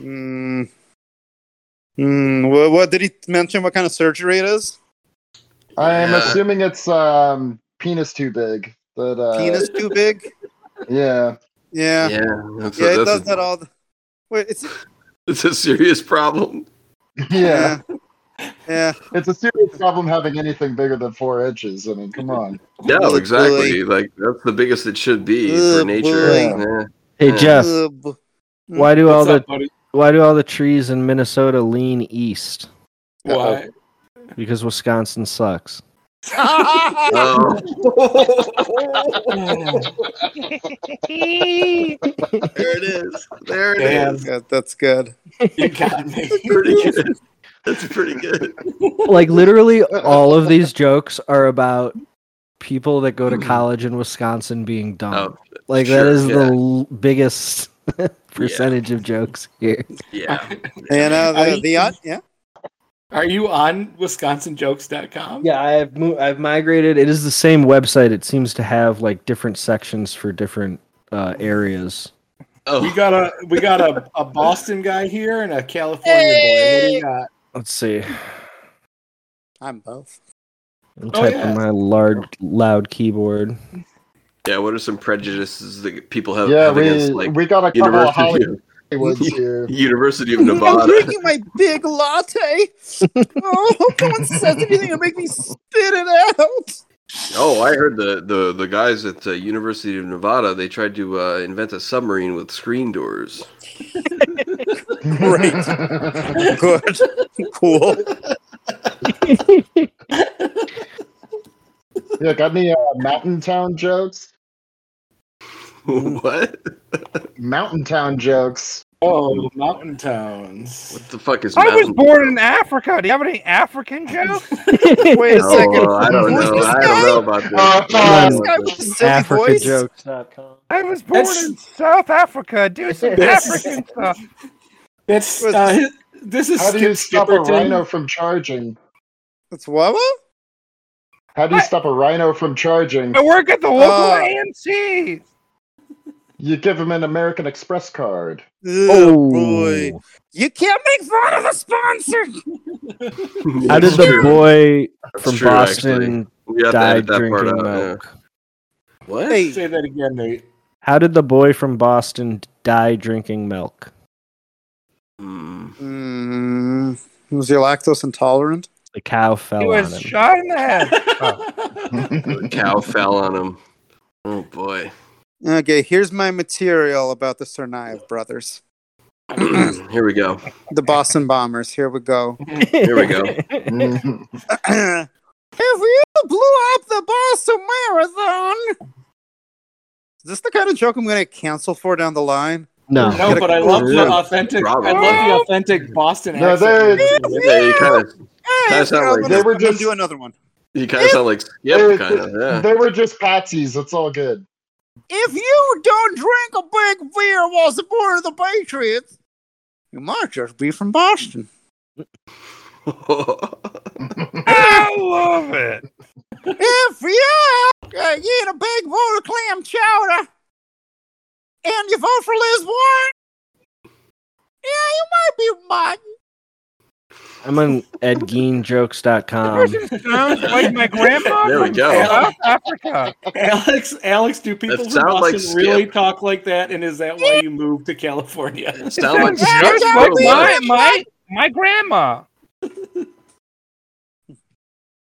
Speaker 8: Mm. Mm, what, what did he mention? What kind of surgery it is?
Speaker 7: I'm
Speaker 2: Yeah.
Speaker 7: assuming it's um penis too big. That uh,
Speaker 8: Penis too big?
Speaker 7: Yeah.
Speaker 8: Yeah, yeah.
Speaker 2: Yeah, that's, a,
Speaker 8: it
Speaker 2: that's
Speaker 8: does
Speaker 2: a,
Speaker 8: that all. The... Wait, it's
Speaker 2: it's a serious problem.
Speaker 7: Yeah.
Speaker 8: yeah.
Speaker 7: It's a serious problem having anything bigger than four inches. I mean, come on.
Speaker 2: No,
Speaker 8: Ugh,
Speaker 2: exactly. Like that's the biggest it should be for
Speaker 8: Ugh,
Speaker 2: nature.
Speaker 8: boy.
Speaker 2: Yeah.
Speaker 6: Hey
Speaker 2: Yeah.
Speaker 6: Jeff,
Speaker 8: Uh, b-
Speaker 6: why do all
Speaker 3: What's
Speaker 6: the
Speaker 3: up, buddy?
Speaker 6: why do all the trees in Minnesota lean east?
Speaker 3: Why?
Speaker 6: Because Wisconsin sucks.
Speaker 2: Oh. there it is.
Speaker 8: Hmm.
Speaker 2: There it is.
Speaker 3: Damn.
Speaker 8: yeah, that's good.
Speaker 3: You got me.
Speaker 2: Pretty good. That's pretty good.
Speaker 6: like literally all of these jokes are about people that go to college in Wisconsin being dumb.
Speaker 2: Oh,
Speaker 6: like that
Speaker 2: sure,
Speaker 6: is the
Speaker 2: yeah.
Speaker 6: l- biggest percentage of jokes here.
Speaker 2: Yeah.
Speaker 8: You know
Speaker 3: Are
Speaker 8: the,
Speaker 3: you-
Speaker 8: the uh, yeah.
Speaker 3: Are you on WisconsinJokes.com?
Speaker 6: Yeah, I've mo- I've migrated. It is the same website. It seems to have like different sections for different uh, areas.
Speaker 2: Oh,
Speaker 3: We got a we got a, a Boston guy here and a California boy. What do you got?
Speaker 6: Let's see.
Speaker 8: I'm both.
Speaker 6: I'm
Speaker 3: Oh,
Speaker 6: typing
Speaker 3: yeah.
Speaker 6: my large loud keyboard.
Speaker 2: yeah. What are some prejudices that people have?
Speaker 7: yeah,
Speaker 2: have
Speaker 7: we
Speaker 2: against, like,
Speaker 7: we got a couple of
Speaker 2: University
Speaker 7: Hollywood.
Speaker 2: of,
Speaker 7: Woods here.
Speaker 2: University of
Speaker 8: I'm
Speaker 2: Nevada.
Speaker 8: drinking my big latte. oh, hope no one says anything to make me spit it out.
Speaker 2: Oh, I heard the the the guys at the University of Nevada. They tried to uh, invent a submarine with screen doors.
Speaker 7: Right.
Speaker 8: Good. Cool.
Speaker 7: yeah, got any uh, Mountain Town jokes?
Speaker 2: what?
Speaker 7: Mountain Town jokes.
Speaker 3: Oh, mountain towns.
Speaker 2: What the fuck is?
Speaker 4: I was
Speaker 2: Mountain
Speaker 4: born
Speaker 2: Dew?
Speaker 4: in Africa. Do you have any African jokes?
Speaker 8: Wait a second.
Speaker 2: Oh, I don't
Speaker 8: Who's
Speaker 2: know.
Speaker 8: this
Speaker 2: I
Speaker 8: guy?
Speaker 2: don't know about this.
Speaker 7: Uh,
Speaker 2: I don't know
Speaker 8: This guy
Speaker 2: about
Speaker 8: with
Speaker 2: this.
Speaker 8: the silly voice.
Speaker 6: AfricaJokes.com.
Speaker 4: I was born
Speaker 3: That's-
Speaker 4: in South Africa. Do some
Speaker 3: That's-
Speaker 4: African stuff.
Speaker 3: That's
Speaker 8: Was-
Speaker 3: uh, this is
Speaker 7: How do you
Speaker 3: Skip
Speaker 7: stop a
Speaker 3: Skipperton.
Speaker 7: rhino from charging?
Speaker 8: It's Wawa?
Speaker 7: How do you
Speaker 4: I-
Speaker 7: stop a rhino from charging?
Speaker 4: I work at the local
Speaker 8: Uh,
Speaker 4: AMC.
Speaker 7: You give him an American Express card.
Speaker 8: Oh, boy. You can't make fun of a sponsor.
Speaker 6: How did the boy
Speaker 2: That's
Speaker 6: from
Speaker 2: true,
Speaker 6: Boston
Speaker 2: actually. We have to
Speaker 6: die
Speaker 2: edit that part out.
Speaker 6: drinking
Speaker 2: yeah.
Speaker 6: milk?
Speaker 2: What?
Speaker 8: Hey,
Speaker 3: Say that again, Nate.
Speaker 6: How did the boy from Boston die drinking milk?
Speaker 2: Hmm.
Speaker 8: mm, was he lactose intolerant?
Speaker 6: The cow fell
Speaker 4: He
Speaker 6: on
Speaker 4: was
Speaker 6: him.
Speaker 4: shot in the head. Oh.
Speaker 2: The cow fell on him. Oh boy.
Speaker 8: Okay, here's my material about the Tsarnaev brothers,
Speaker 2: Here we go.
Speaker 8: the Boston Bombers. Here we go.
Speaker 2: Here we go.
Speaker 7: Mm.
Speaker 8: if you blew up the Boston Marathon, is this the kind of joke I'm going to cancel for down the line?
Speaker 6: no.
Speaker 3: No, but I love the authentic. I
Speaker 2: Bravo.
Speaker 3: love the authentic Boston
Speaker 7: No,
Speaker 3: accent.
Speaker 2: Yeah, you kind of
Speaker 8: Hey,
Speaker 2: That's not
Speaker 8: I'm
Speaker 2: like-
Speaker 8: gonna-
Speaker 7: They were
Speaker 8: I'm gonna
Speaker 7: just-
Speaker 8: do another one.
Speaker 2: you kind of sound like
Speaker 7: they,
Speaker 2: Skip, kind of. Yeah.
Speaker 7: they were just patsies. It's all good.
Speaker 8: If you don't drink a big beer while supporting the Patriots, you might just be from Boston.
Speaker 4: I love it.
Speaker 8: if you uh, eat a big bowl of clam chowder and you vote for Liz Warren, yeah, you might be Martin.
Speaker 6: I'm on edgeenjokes.com.
Speaker 4: Person sounds like my grandma
Speaker 2: Um, There we
Speaker 4: from
Speaker 2: go.
Speaker 4: South Africa.
Speaker 3: Alex, Alex, do people
Speaker 2: That
Speaker 3: from
Speaker 2: sound like
Speaker 3: Boston really
Speaker 2: Skip.
Speaker 3: talk like that? And is that why you moved to California?
Speaker 2: sound like
Speaker 4: It sounds
Speaker 2: Skip.
Speaker 4: like
Speaker 2: totally.
Speaker 4: my, my, my grandma.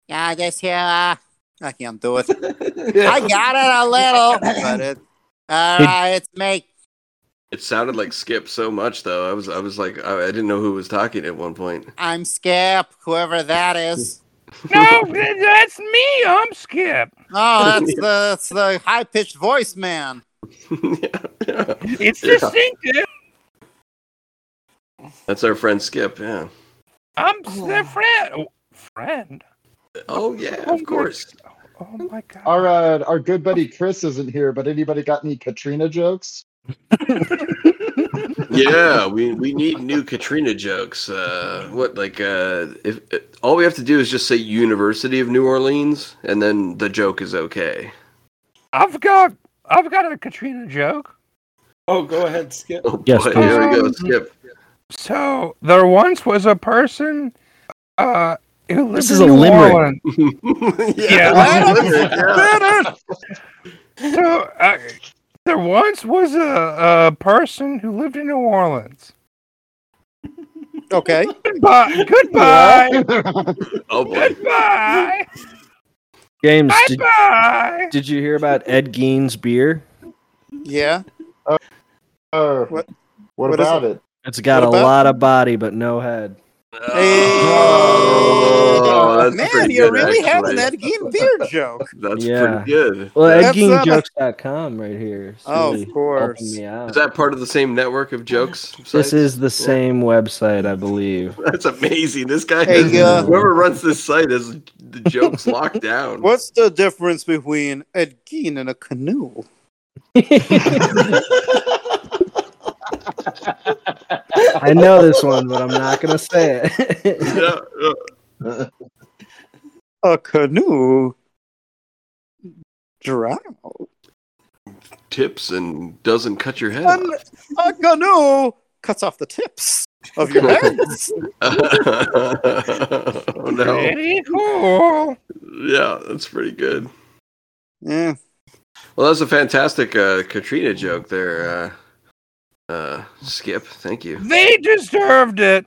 Speaker 8: Yeah, I guess yeah. uh, I can't do it. I got it a little, but it. All
Speaker 6: Did-
Speaker 8: right, it's me.
Speaker 2: It sounded like Skip so much though. I was I was like I, I didn't know who was talking at one point.
Speaker 8: I'm Skip, whoever that is.
Speaker 4: No, that's me. I'm Skip.
Speaker 8: Oh, that's the that's the high pitched voice man.
Speaker 2: yeah.
Speaker 4: It's
Speaker 2: Yeah.
Speaker 4: distinctive.
Speaker 2: That's our friend Skip. Yeah.
Speaker 4: I'm the friend. oh, Friend.
Speaker 2: Oh yeah, of course.
Speaker 4: Oh my god.
Speaker 7: Our uh, our good buddy Chris isn't here, but anybody got any Katrina jokes?
Speaker 2: Yeah, we we need new Katrina jokes. Uh, what like uh, if all we have to do is just say University of New Orleans, and then the joke is okay.
Speaker 4: I've got I've got a Katrina joke.
Speaker 3: oh, go ahead, Skip.
Speaker 2: Oh
Speaker 6: Yes,
Speaker 2: boy,
Speaker 6: please.
Speaker 2: here we go.
Speaker 4: Um,
Speaker 2: Skip.
Speaker 4: So there once was a person uh who lived
Speaker 6: This
Speaker 4: in
Speaker 6: is a
Speaker 4: New
Speaker 6: limerick.
Speaker 4: Orleans. Yeah.
Speaker 2: yeah.
Speaker 4: So uh, there once was a, a person who lived in New Orleans.
Speaker 8: Okay.
Speaker 4: Goodbye. Goodbye.
Speaker 2: Oh boy.
Speaker 4: Goodbye.
Speaker 6: James,
Speaker 4: Bye
Speaker 6: did,
Speaker 4: bye.
Speaker 6: did you hear about Ed Gein's beer?
Speaker 8: Yeah.
Speaker 7: Oh,
Speaker 8: What-
Speaker 7: what,
Speaker 8: what is
Speaker 7: about it?
Speaker 6: It's got a
Speaker 8: What about-
Speaker 6: lot of body but no head.
Speaker 2: Oh, that's
Speaker 8: Man,
Speaker 2: pretty
Speaker 8: you
Speaker 2: good,
Speaker 8: really had
Speaker 2: actually.
Speaker 8: an Ed Gein beard joke.
Speaker 2: That's
Speaker 6: Yeah.
Speaker 2: pretty good.
Speaker 6: Well,
Speaker 8: That's, uh,
Speaker 6: edgeenjokes.com right here. It's
Speaker 8: Oh,
Speaker 6: really
Speaker 8: of course.
Speaker 6: helping me out.
Speaker 2: Is that part of the same network of jokes?
Speaker 6: Uh, This
Speaker 2: sites?
Speaker 6: is the same website, I believe.
Speaker 2: that's amazing. This guy,
Speaker 8: Hey,
Speaker 2: has,
Speaker 8: uh,
Speaker 2: whoever runs this site, has the jokes locked down.
Speaker 8: What's the difference between Ed Gein and a canoe?
Speaker 6: I know this one, but I'm not gonna say it.
Speaker 2: Yeah, uh, yeah.
Speaker 8: A canoe drown.
Speaker 2: tips and doesn't cut your head.
Speaker 8: And a canoe cuts off the tips of your heads.
Speaker 2: off. oh no!
Speaker 4: Pretty cool.
Speaker 2: Yeah, that's pretty good.
Speaker 8: yeah.
Speaker 2: Well, that's a fantastic uh, Katrina joke there, uh, uh, Skip. Thank you.
Speaker 4: They deserved it.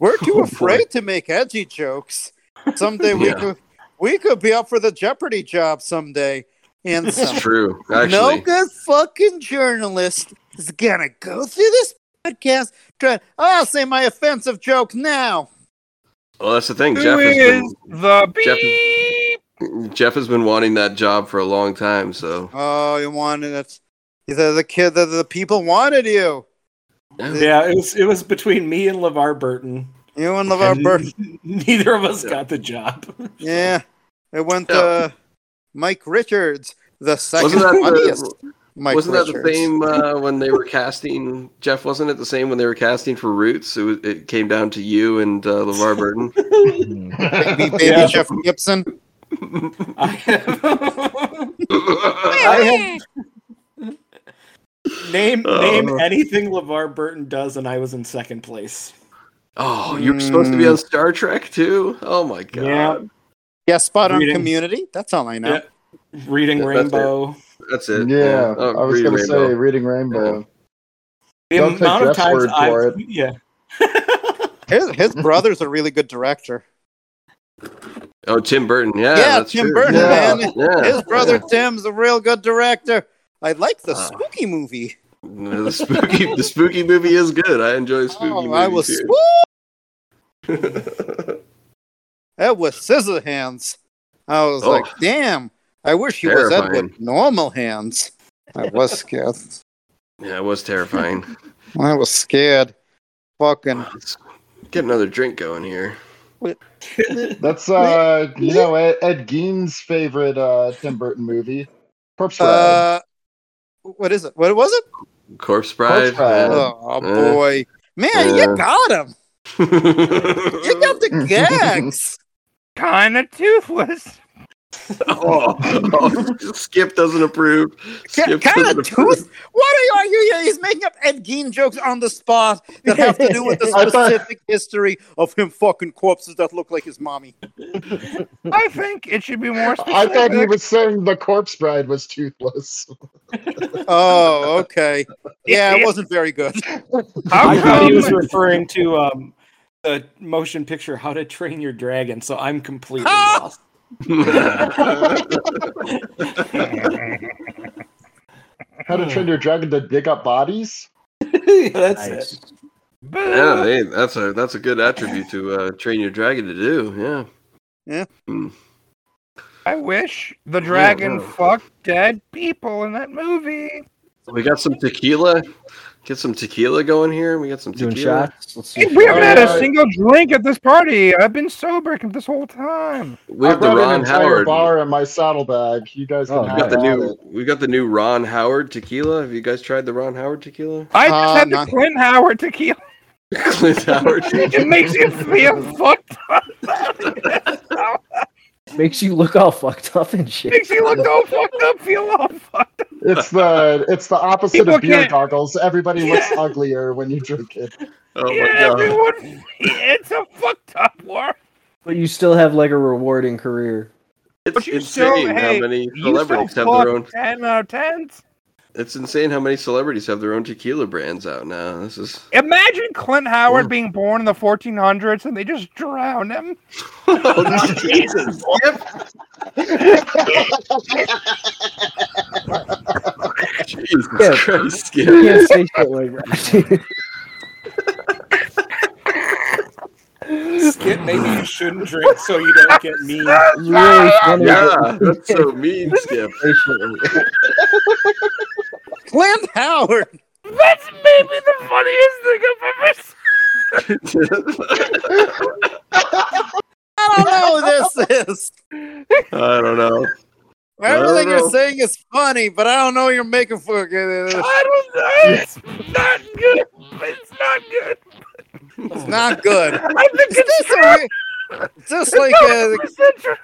Speaker 8: We're
Speaker 2: Oh,
Speaker 8: too
Speaker 2: boy.
Speaker 8: afraid to make edgy jokes. Someday we
Speaker 2: Yeah.
Speaker 8: could we could be up for the Jeopardy job someday. And
Speaker 2: It's
Speaker 8: some
Speaker 2: true.
Speaker 8: no
Speaker 2: Actually,
Speaker 8: good fucking journalist is gonna go through this podcast trying I'll say my offensive joke now.
Speaker 2: well, that's the thing.
Speaker 4: Who is
Speaker 2: Jeff has been
Speaker 4: the beep?
Speaker 2: Jeff- Jeff has been wanting that job for a long time. So
Speaker 8: Oh, you wanted it. The, the kid the, the people wanted you.
Speaker 3: Yeah, it was it was between me and LeVar Burton.
Speaker 8: You and LeVar
Speaker 3: And
Speaker 8: Burton.
Speaker 3: Neither of us
Speaker 2: Yeah.
Speaker 3: got the job.
Speaker 8: Yeah. It went
Speaker 2: Yeah.
Speaker 8: to Mike Richards, the second
Speaker 2: wasn't that
Speaker 8: funniest.
Speaker 2: the,
Speaker 8: Mike
Speaker 2: wasn't that the
Speaker 8: Richards.
Speaker 2: same uh, when they were casting Jeff? Wasn't it the same when they were casting for Roots? It, was, it came down to you and uh, LeVar Burton.
Speaker 8: Baby, baby
Speaker 3: Yeah.
Speaker 8: Jeff Gibson.
Speaker 3: I have name
Speaker 7: Uh,
Speaker 3: name anything LeVar Burton does, and I was in second place.
Speaker 2: oh, you were supposed to be
Speaker 8: Mm.
Speaker 2: on Star Trek too. Oh my god.
Speaker 3: Yeah.
Speaker 8: Yeah, spot on
Speaker 3: Reading.
Speaker 8: community. That's all I
Speaker 3: Yeah.
Speaker 8: know.
Speaker 3: Reading
Speaker 2: Yeah, that's it.
Speaker 3: Rainbow.
Speaker 2: That's
Speaker 7: Yeah,
Speaker 2: it. Oh,
Speaker 7: I was
Speaker 2: Reading
Speaker 7: gonna
Speaker 2: Rainbow.
Speaker 7: say reading Rainbow.
Speaker 3: The
Speaker 7: Don't take
Speaker 3: amount of
Speaker 7: Jeff's
Speaker 3: times
Speaker 7: word
Speaker 3: I've
Speaker 7: for it.
Speaker 3: yeah.
Speaker 8: His, his brother's a really good director.
Speaker 2: Oh, Tim Burton. Yeah,
Speaker 8: Yeah,
Speaker 2: that's
Speaker 8: Tim
Speaker 2: true.
Speaker 8: Burton,
Speaker 2: Yeah.
Speaker 8: man.
Speaker 2: Yeah.
Speaker 8: His brother Tim's a real good director. I like the
Speaker 2: Ah.
Speaker 8: spooky movie.
Speaker 2: Yeah. The spooky, the spooky movie is good. I enjoy spooky.
Speaker 8: oh,
Speaker 2: movie
Speaker 8: I was
Speaker 2: too.
Speaker 8: spooked. That was scissor hands. I was
Speaker 2: Oh.
Speaker 8: like, damn. I wish he was Ed
Speaker 2: Terrifying.
Speaker 8: with normal hands. I was scared.
Speaker 2: yeah, it was terrifying.
Speaker 8: I was scared. Fucking.
Speaker 2: Let's get another drink going here.
Speaker 7: That's uh, you know, Ed, Ed Gein's favorite uh, Tim Burton movie, Corpse Bride.
Speaker 8: Uh, what is it? What was it?
Speaker 2: Corpse Bride.
Speaker 7: Corpse Bride.
Speaker 2: yeah.
Speaker 8: Oh,
Speaker 2: Yeah.
Speaker 8: boy. Man,
Speaker 2: Yeah.
Speaker 8: you got him. You got the gags.
Speaker 4: Kind of toothless.
Speaker 2: oh, oh, Skip doesn't approve. Skip
Speaker 8: kind
Speaker 2: doesn't
Speaker 8: of
Speaker 2: approve.
Speaker 8: tooth. Why are you? you- He's making up Ed Gein jokes on the spot that have to do with the
Speaker 7: I thought-
Speaker 8: specific history of him fucking corpses that look like his mommy.
Speaker 4: I think it should be more specific.
Speaker 7: I thought he was saying the Corpse Bride was toothless.
Speaker 8: Oh, okay. Yeah, it wasn't very good.
Speaker 4: How
Speaker 3: I thought he was
Speaker 4: come-
Speaker 3: referring to um the motion picture How to Train Your Dragon, so I'm completely
Speaker 8: Ah!
Speaker 3: lost.
Speaker 7: How to Train Your Dragon to dig up bodies?
Speaker 3: That's it.
Speaker 2: yeah, hey, that's a that's a good attribute to uh, train your dragon to do. Yeah.
Speaker 4: I wish the dragon
Speaker 2: yeah.
Speaker 4: fucked dead people in that movie.
Speaker 2: We got some tequila. Get some tequila going here. We got some
Speaker 6: Doing
Speaker 2: tequila.
Speaker 6: shots. Let's see.
Speaker 4: Hey,
Speaker 2: Oh,
Speaker 4: we haven't had a
Speaker 7: Alright.
Speaker 4: single drink at this party. I've been sober this whole time.
Speaker 2: We have
Speaker 7: I
Speaker 2: the
Speaker 7: brought an
Speaker 2: Ron
Speaker 7: entire
Speaker 2: Howard.
Speaker 7: bar in my saddlebag. You guys
Speaker 6: Oh,
Speaker 7: can
Speaker 2: We
Speaker 7: have
Speaker 2: got the
Speaker 7: at
Speaker 2: new.
Speaker 7: it.
Speaker 2: We got the new Ron Howard tequila. Have you guys tried the Ron Howard tequila?
Speaker 4: I just
Speaker 8: Uh,
Speaker 4: had the
Speaker 8: not-
Speaker 4: Clint Howard tequila.
Speaker 2: Clint Howard.
Speaker 4: It makes you feel fucked up.
Speaker 5: Makes you look all fucked up and shit.
Speaker 4: Makes you look all fucked up, feel all fucked up.
Speaker 7: It's the it's the opposite
Speaker 4: People
Speaker 7: of beer
Speaker 4: can't-
Speaker 7: goggles. Everybody looks
Speaker 4: Yeah.
Speaker 7: uglier when you drink it.
Speaker 2: Oh
Speaker 4: yeah,
Speaker 2: my
Speaker 4: everyone. It's a fucked up war.
Speaker 5: But you still have like a rewarding career.
Speaker 2: god! It's
Speaker 4: But you still,
Speaker 2: insane how
Speaker 4: hey,
Speaker 2: many
Speaker 4: you
Speaker 2: celebrities have
Speaker 4: still
Speaker 2: their
Speaker 4: fuck
Speaker 2: own.
Speaker 4: 10 out of 10s.
Speaker 2: It's insane how many celebrities have their own tequila brands out now. This is
Speaker 4: Imagine Clint Howard
Speaker 2: Mm.
Speaker 4: being born in the 1400s and they just drown him.
Speaker 2: oh, Jesus. Yep. Jesus
Speaker 5: Yeah.
Speaker 2: Christ,
Speaker 5: You
Speaker 2: Skip.
Speaker 5: can't say shit like that.
Speaker 3: Skip, maybe you shouldn't drink so you don't get mean.
Speaker 5: It's really funny.
Speaker 2: Yeah, that's so mean, Skip.
Speaker 5: Say shit like that.
Speaker 8: Clint Howard.
Speaker 4: That's maybe the funniest thing I've ever seen.
Speaker 8: I don't know who this is.
Speaker 2: I don't know.
Speaker 8: Everything
Speaker 2: know.
Speaker 8: you're saying is funny, but I don't know you're making for. It's
Speaker 4: I don't know. It's not good. It's not good.
Speaker 8: not good.
Speaker 4: I think
Speaker 8: Is
Speaker 4: it's
Speaker 8: this a re- is this like
Speaker 2: uh,
Speaker 8: a,
Speaker 4: central.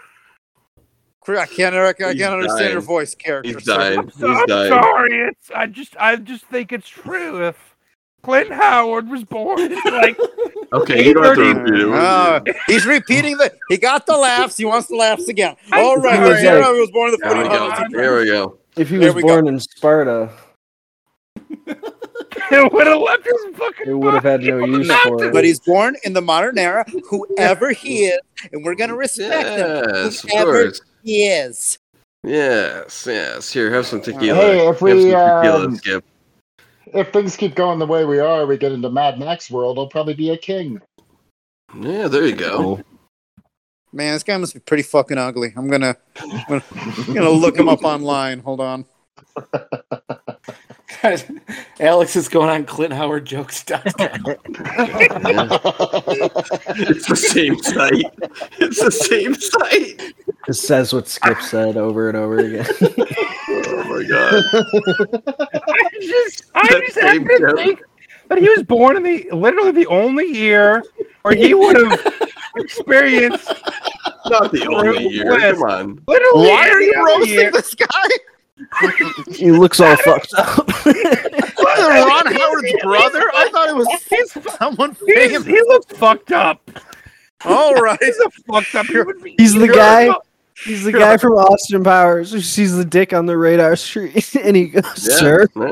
Speaker 8: I can't I can't
Speaker 2: He's
Speaker 8: understand your
Speaker 2: dying.
Speaker 8: voice character.
Speaker 2: He's
Speaker 8: so-
Speaker 2: dying. He's
Speaker 4: I'm
Speaker 2: dying.
Speaker 4: sorry. It's I just I just think it's true. If Clint Howard was born, it's like
Speaker 2: Okay, you don't have to repeat it.
Speaker 7: Ah.
Speaker 8: Oh, he's repeating the. He got the laughs. He wants the laughs again.
Speaker 4: I'm
Speaker 8: All right,
Speaker 5: sorry.
Speaker 8: let's hear how he was born in the
Speaker 2: There we
Speaker 8: 1400s.
Speaker 2: go. There we go.
Speaker 5: If he
Speaker 8: There
Speaker 5: was
Speaker 8: we go.
Speaker 5: born in Sparta,
Speaker 4: it would have left his fucking.
Speaker 9: It would have had no use for it.
Speaker 8: But he's born in the modern era, whoever he is, and we're gonna respect him.
Speaker 2: Yes, of
Speaker 8: Whoever-
Speaker 2: course.
Speaker 8: He is.
Speaker 2: Yes, yes. Here, have some tequila.
Speaker 7: Hey, if
Speaker 2: Have some
Speaker 7: we,
Speaker 2: tequila,
Speaker 7: um,
Speaker 2: Skip.
Speaker 7: If things keep going the way we are, we get into Mad Max world. I'll probably be a king.
Speaker 2: Yeah, there you go.
Speaker 8: Man, this guy must be pretty fucking ugly. I'm gonna, I'm gonna, I'm gonna look him up online. Hold on.
Speaker 3: Guys, Alex is going on Clint Howard jokes.
Speaker 2: It's the same site. It's the same site.
Speaker 9: Just says what Skip said over and over again.
Speaker 2: Oh my god.
Speaker 4: I just, I
Speaker 2: That
Speaker 4: just happen
Speaker 2: same
Speaker 4: to
Speaker 2: joke.
Speaker 4: think that he was born in the literally the only year where he would have experienced
Speaker 2: Not the only year.
Speaker 4: West.
Speaker 2: Come on.
Speaker 4: literally
Speaker 8: Why are
Speaker 4: every
Speaker 8: you
Speaker 4: other
Speaker 8: roasting
Speaker 4: year.
Speaker 8: this guy?
Speaker 9: he looks all fucked up.
Speaker 8: Ron Howard's brother? Oh, I thought it was
Speaker 4: He's,
Speaker 8: someone
Speaker 4: he's,
Speaker 8: famous.
Speaker 4: he looks fucked up.
Speaker 8: All right.
Speaker 4: He's a fucked up human being.
Speaker 9: He's the guy. He's the guy from Austin Powers who sees the dick on the radar screen, and he goes,
Speaker 2: Yeah,
Speaker 9: "Sir,
Speaker 2: yeah.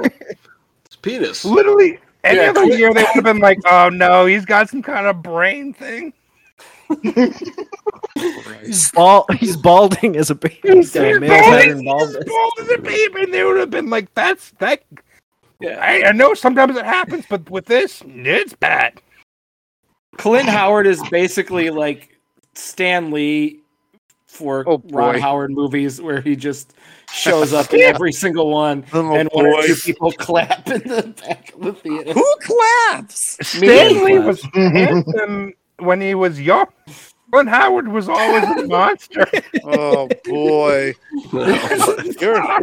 Speaker 2: It's penis.
Speaker 4: Literally any
Speaker 3: Yeah,
Speaker 4: other
Speaker 3: Clint-
Speaker 4: year they would have been like, oh no, he's got some kind of brain thing.
Speaker 9: he's bald. He's balding as a baby."
Speaker 4: He's,
Speaker 9: got
Speaker 4: he's
Speaker 9: male
Speaker 4: bald,
Speaker 9: pattern
Speaker 4: he's
Speaker 9: baldness.
Speaker 4: bald as a baby, and they would have been like, that's that.
Speaker 3: Yeah.
Speaker 4: I, I know sometimes it happens, but with this, it's bad.
Speaker 3: Clint Howard is basically like Stan Lee for
Speaker 8: Oh,
Speaker 3: Ron
Speaker 8: boy.
Speaker 3: Howard movies, where he just shows up in every single one,
Speaker 8: Oh,
Speaker 3: and one or
Speaker 8: boy.
Speaker 3: two people clap in the back of the theater.
Speaker 8: Who claps?
Speaker 4: Stanley
Speaker 9: class.
Speaker 4: was handsome when he was young. Clint Howard was always a monster.
Speaker 8: Oh boy. You're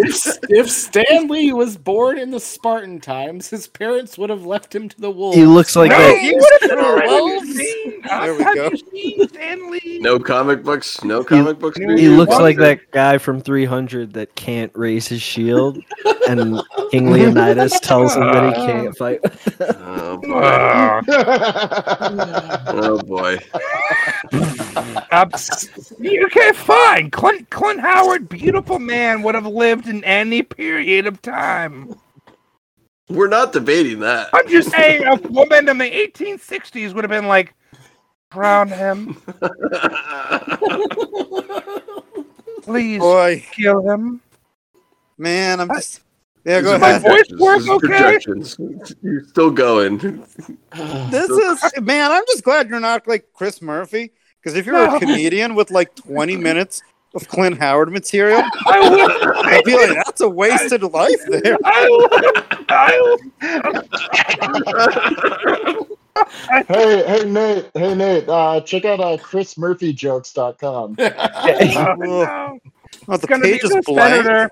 Speaker 3: if, if Stan Lee was born in the Spartan times, his parents would have left him to the wolves.
Speaker 9: He looks like
Speaker 4: No,
Speaker 9: that.
Speaker 4: he would have been already
Speaker 8: Wolves.
Speaker 4: seen.
Speaker 8: There we
Speaker 4: Have
Speaker 8: go.
Speaker 4: you seen Stanley?
Speaker 2: No comic books. No comic books.
Speaker 9: He
Speaker 2: dude?
Speaker 9: looks
Speaker 4: What?
Speaker 9: like that guy from 300 that can't raise his shield, and King Leonidas tells him that he can't fight.
Speaker 2: Oh boy.
Speaker 4: Uh,
Speaker 2: Oh boy.
Speaker 4: uh, okay, fine. Clint, Clint Howard, beautiful man, would have lived in any period of time.
Speaker 2: We're not debating that.
Speaker 4: I'm just saying, a woman in the 1860s would have been like, crown him, please
Speaker 8: boy.
Speaker 4: kill him.
Speaker 8: Man, I'm just Yeah,
Speaker 2: These
Speaker 8: go
Speaker 2: are my
Speaker 8: ahead.
Speaker 4: voice
Speaker 2: projections.
Speaker 4: work
Speaker 2: These are
Speaker 4: okay?
Speaker 2: projections. You're still going.
Speaker 8: This is man, I'm just glad you're not like Chris Murphy. Because if you're
Speaker 4: No.
Speaker 8: a comedian with like 20 minutes of Clint Howard material,
Speaker 4: I would.
Speaker 8: I feel like that's a wasted life there.
Speaker 4: I would. I would.
Speaker 7: hey, hey Nate, hey Nate, uh, check out uh, ChrisMurphyJokes.com.
Speaker 4: Oh, no.
Speaker 8: Well, Oh,
Speaker 4: It's
Speaker 8: the
Speaker 4: gonna be
Speaker 8: page is
Speaker 4: the
Speaker 8: blank.
Speaker 4: senator.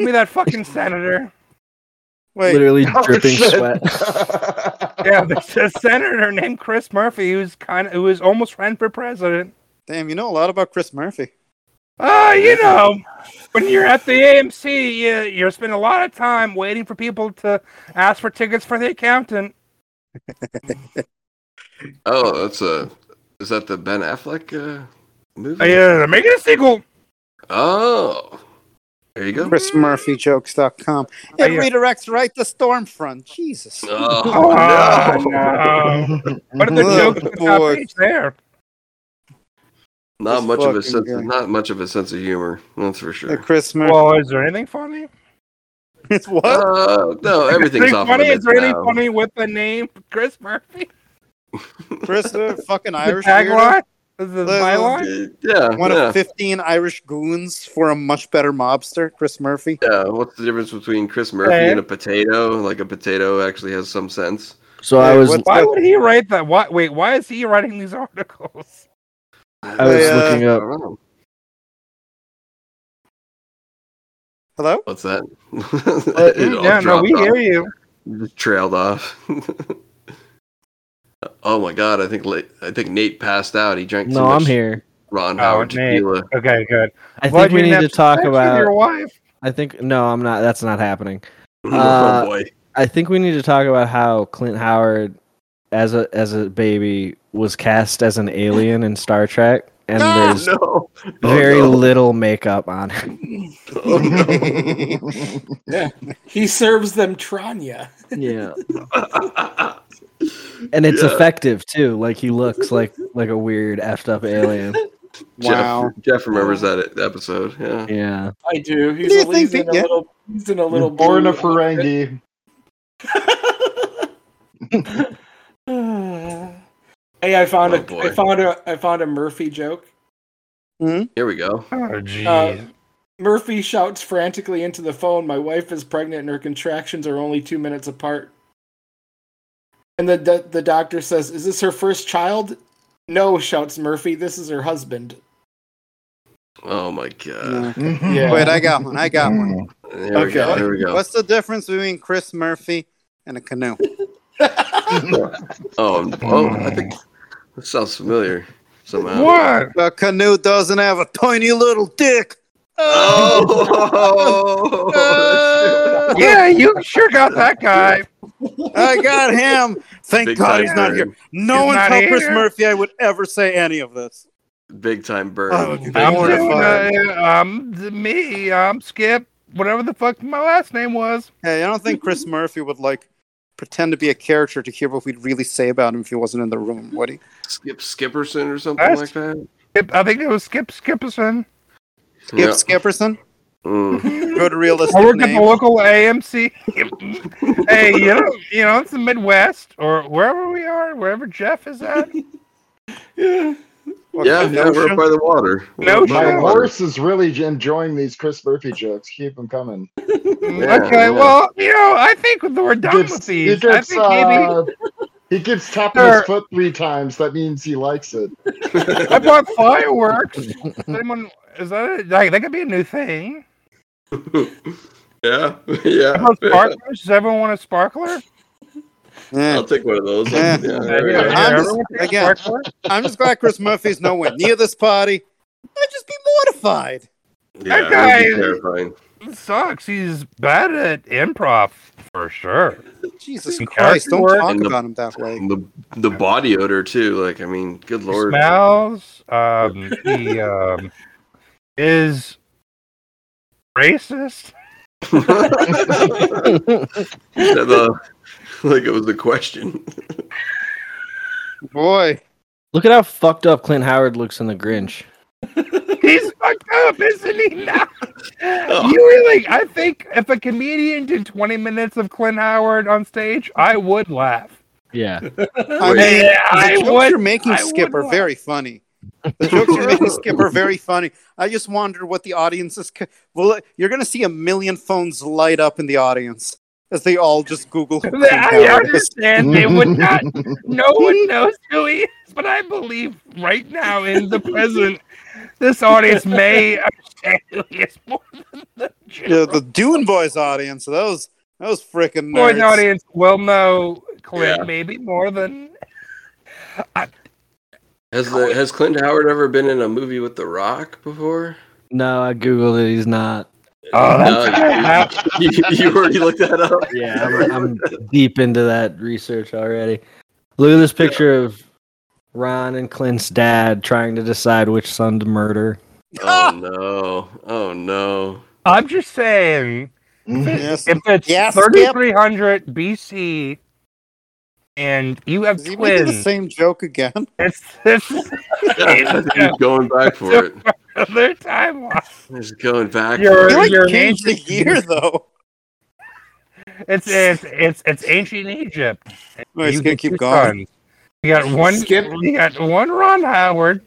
Speaker 4: Give me that fucking senator.
Speaker 8: Wait,
Speaker 9: Literally dripping
Speaker 7: shit.
Speaker 9: sweat.
Speaker 4: Yeah, there's a senator named Chris Murphy who's kind of who is almost ran for president.
Speaker 8: damn, you know a lot about Chris Murphy.
Speaker 4: Oh, you know, when you're at the AMC, you you spend a lot of time waiting for people to ask for tickets for the accountant.
Speaker 2: Oh, that's a. Is that the Ben Affleck uh, movie?
Speaker 4: Oh, yeah, they're making a sequel.
Speaker 2: Oh, there you go.
Speaker 8: ChrisMurphyJokes.com. It
Speaker 4: yeah.
Speaker 8: redirects right to Stormfront. Jesus.
Speaker 2: Oh,
Speaker 4: no. Ah, no. What are the
Speaker 8: Oh,
Speaker 4: jokes at the top
Speaker 8: boy.
Speaker 4: page there?
Speaker 2: not
Speaker 8: This
Speaker 2: much of a
Speaker 8: fucking
Speaker 2: sense.
Speaker 8: guy.
Speaker 2: Not much of a sense of humor. That's for
Speaker 8: The
Speaker 2: sure.
Speaker 8: Chris Murphy.
Speaker 4: Well, um, is there anything funny?
Speaker 8: It's what?
Speaker 2: Uh, no, everything's
Speaker 4: Anything
Speaker 2: off
Speaker 4: funny? Is
Speaker 2: limits
Speaker 4: there anything
Speaker 2: now.
Speaker 4: funny with the name Chris Murphy?
Speaker 8: Chris, the fucking
Speaker 4: The
Speaker 8: Irish. weirdo?
Speaker 4: tagline? Is the
Speaker 8: The-
Speaker 4: byline?
Speaker 2: Yeah,
Speaker 8: One
Speaker 2: yeah.
Speaker 8: of 15 Irish goons for a much better mobster, Chris Murphy.
Speaker 2: Yeah, what's the difference between Chris Murphy
Speaker 4: Okay.
Speaker 2: and a potato? Like a potato actually has some sense.
Speaker 9: So I
Speaker 8: Wait,
Speaker 9: was
Speaker 8: what-
Speaker 4: Why would he write that? Why, wait, why is he writing these articles?
Speaker 9: I was
Speaker 8: Hey, uh,
Speaker 9: looking
Speaker 2: I
Speaker 9: up.
Speaker 2: don't know.
Speaker 8: Hello?
Speaker 2: What's that? It all
Speaker 4: Yeah, no, we
Speaker 2: dropped
Speaker 4: hear
Speaker 2: off.
Speaker 4: you.
Speaker 2: Just trailed off. oh my god, I think late, I think Nate passed out. He drank too
Speaker 9: No, I'm
Speaker 2: much
Speaker 9: here.
Speaker 2: Ron
Speaker 4: Oh,
Speaker 2: Howard
Speaker 4: Nate.
Speaker 2: tequila.
Speaker 4: Okay, good.
Speaker 9: I
Speaker 4: Why'd
Speaker 9: think we
Speaker 4: you
Speaker 9: need
Speaker 4: nap-
Speaker 9: to talk
Speaker 4: Sex with your
Speaker 9: about.
Speaker 4: wife.
Speaker 9: I think no, I'm not. That's not happening. Uh,
Speaker 2: oh boy.
Speaker 9: I think we need to talk about how Clint Howard, as a as a baby, was cast as an alien in Star Trek.
Speaker 6: and
Speaker 2: Ah,
Speaker 6: there's
Speaker 2: no. Oh,
Speaker 6: very
Speaker 2: no.
Speaker 6: little makeup on her.
Speaker 2: Oh, no.
Speaker 3: He serves them Tranya.
Speaker 6: Yeah, and it's
Speaker 2: Yeah.
Speaker 6: effective too. Like he looks like like a weird effed up alien.
Speaker 8: Wow.
Speaker 2: Jeff, Jeff remembers that episode. Yeah.
Speaker 6: Yeah,
Speaker 3: I do. He's,
Speaker 8: do you
Speaker 3: a, he's
Speaker 8: think,
Speaker 3: in a
Speaker 8: yeah?
Speaker 3: little. He's in a little.
Speaker 7: Born
Speaker 3: blue
Speaker 7: a Ferengi.
Speaker 3: outfit. hey, I found
Speaker 2: Oh,
Speaker 3: a. I
Speaker 2: boy.
Speaker 3: found a. I found a Murphy joke.
Speaker 2: Here we go.
Speaker 4: Oh, jeez.
Speaker 3: Uh, Murphy shouts frantically into the phone, "My wife is pregnant, and her contractions are only two minutes apart." And the the, the doctor says, "Is this her first child?" No, shouts Murphy. This is her husband.
Speaker 2: Oh my god.
Speaker 8: Yeah. Wait, I got one. I got one.
Speaker 2: Here we go.
Speaker 3: Okay.
Speaker 2: Here we go.
Speaker 8: What's the difference between Chris Murphy and a canoe?
Speaker 2: Oh, um, oh, I think that sounds familiar somehow.
Speaker 4: what?
Speaker 8: A canoe doesn't have a tiny little dick.
Speaker 2: Oh,
Speaker 8: Uh,
Speaker 4: Yeah, you sure got that guy.
Speaker 8: I got him. Thank
Speaker 2: Big
Speaker 8: God
Speaker 2: time
Speaker 8: he's not
Speaker 2: bird.
Speaker 8: here. No
Speaker 4: He's
Speaker 8: one
Speaker 4: not
Speaker 8: told Chris
Speaker 4: here.
Speaker 8: Murphy I would ever say any of this.
Speaker 2: big time bird.
Speaker 8: Oh,
Speaker 4: I'm,
Speaker 8: Thank you.
Speaker 4: doing, uh, I'm th- me. I'm Skip. Whatever the fuck my last name was.
Speaker 8: Hey, I don't think Chris Murphy would like pretend to be a character to hear what we'd really say about him if he wasn't in the room, would he?
Speaker 2: Skip Skipperson or something
Speaker 4: That's-
Speaker 2: like that.
Speaker 4: Skip, I think it was Skip Skipperson.
Speaker 8: Skip Skipperson,
Speaker 2: Mm.
Speaker 8: go to
Speaker 4: I
Speaker 8: realistic
Speaker 4: work at the
Speaker 8: name.
Speaker 4: local AMC. hey, you know, you know, it's the Midwest or wherever we are, wherever Jeff is at.
Speaker 8: What
Speaker 2: Yeah,
Speaker 8: kind
Speaker 2: yeah,
Speaker 8: of
Speaker 2: we're
Speaker 8: notion?
Speaker 2: by the water. We're
Speaker 4: No
Speaker 2: by
Speaker 7: My
Speaker 2: the
Speaker 4: shit.
Speaker 2: water.
Speaker 7: horse is really enjoying these Chris Murphy jokes. Keep them coming.
Speaker 2: Yeah,
Speaker 4: Mm, okay,
Speaker 2: yeah.
Speaker 4: well, you know, I think we're done with
Speaker 7: he
Speaker 4: these. I
Speaker 7: gets,
Speaker 4: think maybe
Speaker 7: uh, he gets tapping
Speaker 4: Sir.
Speaker 7: his foot three times. That means he likes it.
Speaker 4: I bought fireworks. Does Anyone is that a, like that could be a new thing?
Speaker 2: Yeah,
Speaker 4: I
Speaker 2: yeah.
Speaker 4: bought sparklers. Does everyone want a sparkler?
Speaker 8: Yeah.
Speaker 2: I'll take one of those.
Speaker 8: Yeah.
Speaker 2: Yeah, there we
Speaker 4: Yeah,
Speaker 2: go.
Speaker 8: I'm just-
Speaker 4: everyone take a
Speaker 8: again.
Speaker 4: sparkler?
Speaker 8: I'm just glad Chris Murphy's nowhere near this party. I'd just be mortified.
Speaker 2: Yeah,
Speaker 4: That guy
Speaker 2: would be
Speaker 4: is-
Speaker 2: terrifying.
Speaker 4: It sucks. He's bad at improv for sure.
Speaker 8: Jesus
Speaker 4: Character
Speaker 8: Christ, don't
Speaker 4: work
Speaker 8: talk
Speaker 2: and the-
Speaker 8: about him that way.
Speaker 2: And the the body odor too. Like, I mean, good
Speaker 4: He
Speaker 2: lord.
Speaker 4: smells. Um, he um, is racist.
Speaker 2: Said, uh, like it was the question.
Speaker 8: Boy.
Speaker 6: Look at how fucked up Clint Howard looks in The Grinch.
Speaker 4: He's fucked up, isn't he? Now?
Speaker 2: Oh.
Speaker 4: You really? I think if a comedian did 20 minutes of Clint Howard on stage, I would laugh.
Speaker 6: Yeah.
Speaker 8: I mean,
Speaker 4: Yeah, I
Speaker 8: the jokes
Speaker 4: would-
Speaker 8: you're making,
Speaker 4: I
Speaker 8: Skip,
Speaker 4: would
Speaker 8: are
Speaker 4: laugh.
Speaker 8: very funny. The jokes you're making, Skip, are very funny. I just wonder what the audience is. c- Well, you're going to see a million phones light up in the audience as they all just Google. who Clint
Speaker 4: I
Speaker 8: Howard is.
Speaker 4: understand they would not. No one knows who he is, but I believe right now in the present, this audience may understand who he is more than the
Speaker 8: Yeah,
Speaker 4: general
Speaker 8: the Dune Boys audience, those those freaking
Speaker 4: boys
Speaker 8: nerds.
Speaker 4: audience will know Clint
Speaker 2: Yeah.
Speaker 4: maybe more than.
Speaker 2: Has the, has Clint Howard ever been in a movie with The Rock before?
Speaker 6: No, I googled it. He's not.
Speaker 4: Oh,
Speaker 2: No, you, you already looked that up.
Speaker 6: Yeah, I'm, I'm deep into that research already. Look at this picture of Ron and Clint's dad trying to decide which son to murder.
Speaker 2: Oh no! Oh no!
Speaker 4: I'm just saying.
Speaker 8: Yes.
Speaker 4: If it's
Speaker 8: Yeah, Skip.
Speaker 4: 3300 BC and you have
Speaker 8: Is he making the
Speaker 4: twins,
Speaker 8: same joke again?
Speaker 4: it's this is
Speaker 2: Yeah, he's going back for it.
Speaker 4: their timeline.
Speaker 2: He's going back
Speaker 4: You're-
Speaker 8: He
Speaker 2: for
Speaker 8: like
Speaker 2: it.
Speaker 4: you're an
Speaker 8: changed the
Speaker 4: ancient-
Speaker 8: year though.
Speaker 4: It's it's it's, it's ancient Egypt.
Speaker 8: No, he's
Speaker 4: You
Speaker 8: gonna
Speaker 4: get two
Speaker 8: keep going.
Speaker 4: sons. You got one.
Speaker 3: Skip.
Speaker 4: You got one. Ron Howard.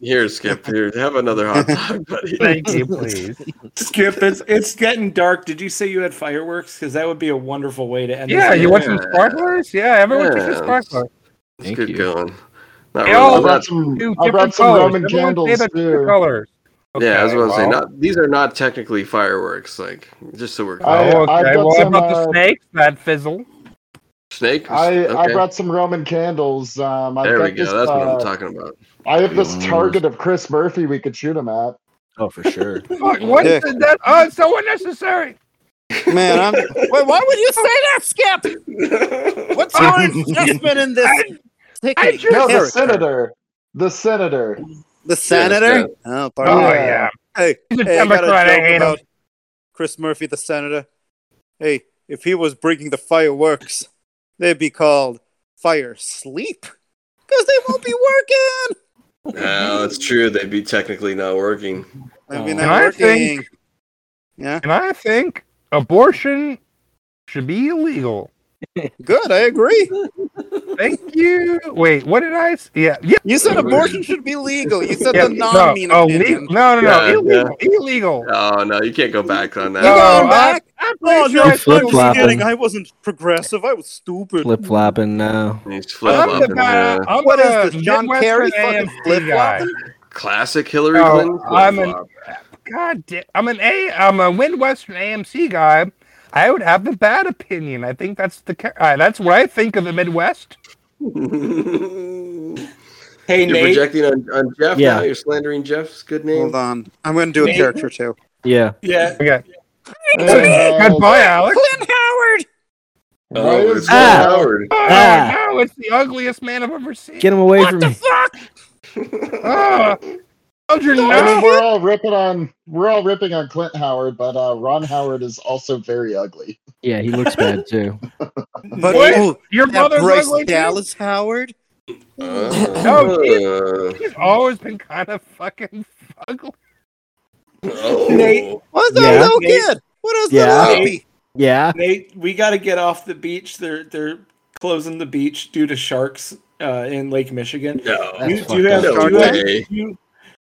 Speaker 2: Here, Skip. Here, have another hot dog, buddy.
Speaker 4: Thank you, please.
Speaker 3: Skip, it's it's getting dark. Did you say you had fireworks? Because that would be a wonderful way to end.
Speaker 4: Yeah,
Speaker 3: this
Speaker 4: you want some
Speaker 2: Yeah.
Speaker 4: sparklers? Yeah, everyone takes a
Speaker 2: Yeah.
Speaker 4: sparkler.
Speaker 2: Let's
Speaker 6: Thank
Speaker 2: get
Speaker 6: you.
Speaker 2: going. Not
Speaker 4: Hey,
Speaker 2: really-
Speaker 4: all
Speaker 7: I
Speaker 4: of
Speaker 2: not-
Speaker 7: brought some,
Speaker 4: Two
Speaker 7: I brought
Speaker 4: different
Speaker 7: some
Speaker 4: colors.
Speaker 7: Roman
Speaker 4: Everyone say
Speaker 7: candles
Speaker 4: about two
Speaker 7: too.
Speaker 4: colors.
Speaker 2: yeah, that's what I was saying.
Speaker 4: well,
Speaker 2: Not these are not technically fireworks. Like just so we're clear.
Speaker 7: I-
Speaker 4: Oh,
Speaker 7: I've
Speaker 4: okay.
Speaker 7: got
Speaker 4: well,
Speaker 7: some,
Speaker 4: I brought the
Speaker 7: uh,
Speaker 4: snakes that fizzle.
Speaker 2: snake.
Speaker 7: I, I
Speaker 2: Okay.
Speaker 7: brought some Roman candles. Um, I've
Speaker 2: there
Speaker 7: got
Speaker 2: we go.
Speaker 7: This,
Speaker 2: That's what
Speaker 7: uh,
Speaker 2: I'm talking about.
Speaker 7: I have this target of Chris Murphy we could shoot him at.
Speaker 6: Oh, for sure.
Speaker 4: Fuck, what
Speaker 8: Yeah.
Speaker 4: is that? Oh, it's so unnecessary.
Speaker 8: Man, I'm wait, why would you say that, Skip? What's your investment in this?
Speaker 4: I
Speaker 8: ticket?
Speaker 4: just-
Speaker 7: No, the
Speaker 8: Character?
Speaker 7: senator. The senator.
Speaker 8: The senator? Oh, pardon
Speaker 4: Oh
Speaker 8: me.
Speaker 4: yeah,
Speaker 8: Hey,
Speaker 4: he's a
Speaker 8: hey, I got
Speaker 4: Democrat. I
Speaker 8: a
Speaker 4: hate
Speaker 8: joke
Speaker 4: him.
Speaker 8: about Chris Murphy, the senator. Hey, if he was bringing the fireworks, they'd be called fire sleep because they won't be working.
Speaker 2: No, that's true. They'd be technically not working.
Speaker 8: I mean,
Speaker 4: And
Speaker 8: not
Speaker 4: Oh, I
Speaker 8: working.
Speaker 4: think-
Speaker 8: Yeah,
Speaker 4: And I think abortion should be illegal.
Speaker 8: good. I agree.
Speaker 4: Thank you. Wait, what did I? s- Yeah, yeah.
Speaker 8: You said abortion should be legal. You said
Speaker 4: yeah
Speaker 8: the non-mean
Speaker 4: no, oh,
Speaker 8: opinion.
Speaker 4: le- no, no, no,
Speaker 2: Yeah,
Speaker 4: illegal, illegal.
Speaker 2: Oh no, you can't go back on
Speaker 8: You
Speaker 4: No,
Speaker 2: that.
Speaker 8: going
Speaker 4: I-
Speaker 8: back?
Speaker 4: I'm pretty
Speaker 8: Oh
Speaker 4: sure
Speaker 8: no,
Speaker 4: I
Speaker 8: I
Speaker 4: said
Speaker 6: flip-flopping.
Speaker 8: was kidding. I wasn't progressive. I was stupid.
Speaker 6: Flip flopping now.
Speaker 2: He's flip uh,
Speaker 4: I'm the
Speaker 2: flopping.
Speaker 4: guy.
Speaker 2: Yeah.
Speaker 4: I'm
Speaker 8: What
Speaker 4: the
Speaker 8: is this, John
Speaker 4: Midwestern
Speaker 8: Carey fucking
Speaker 4: AMC
Speaker 8: flip
Speaker 4: guy.
Speaker 8: flopping?
Speaker 2: Classic Hillary
Speaker 4: No,
Speaker 2: Clinton.
Speaker 4: I'm
Speaker 2: flip-flop.
Speaker 4: God damn, I'm an A. I'm a Midwestern AMC guy. I would have the bad opinion. I think that's the. ca- Uh, that's what I think of the Midwest.
Speaker 3: Hey,
Speaker 2: You're
Speaker 3: Nate.
Speaker 2: projecting on, on Jeff
Speaker 6: Yeah.
Speaker 2: now. You're slandering Jeff's good name.
Speaker 8: Hold on. I'm going to do a
Speaker 3: Maybe.
Speaker 8: character too.
Speaker 6: Yeah.
Speaker 3: Yeah.
Speaker 4: Okay.
Speaker 7: Hey,
Speaker 4: Goodbye, Alex.
Speaker 8: Clint Howard.
Speaker 2: Oh, it's
Speaker 6: Ah.
Speaker 2: Howard.
Speaker 4: Oh
Speaker 6: Ah.
Speaker 4: no, it's the ugliest man I've ever seen.
Speaker 6: Get him away from me.
Speaker 4: Ah. Children,
Speaker 7: I mean,
Speaker 4: no.
Speaker 7: we're all ripping on we're all ripping on Clint Howard, but uh, Ron Howard is also very ugly.
Speaker 6: Yeah, he looks bad too.
Speaker 8: But
Speaker 4: What?
Speaker 8: ooh,
Speaker 4: Your
Speaker 8: that
Speaker 4: mother's
Speaker 8: Bryce
Speaker 4: ugly. too?
Speaker 8: Dallas Howard.
Speaker 4: No,
Speaker 2: Uh,
Speaker 4: He's always been kind of fucking ugly.
Speaker 2: oh.
Speaker 3: Nate.
Speaker 8: What's that
Speaker 6: Yeah.
Speaker 8: little
Speaker 3: Nate.
Speaker 8: kid? What is
Speaker 6: Yeah.
Speaker 8: that little baby?
Speaker 6: Yeah.
Speaker 3: Nate, we got to get off the beach. They're they're closing the beach due to sharks uh, in Lake Michigan.
Speaker 2: No.
Speaker 3: You,
Speaker 6: That's
Speaker 3: do you have
Speaker 6: fucked
Speaker 2: up.
Speaker 3: do you
Speaker 2: No
Speaker 3: have,
Speaker 2: way.
Speaker 3: do you,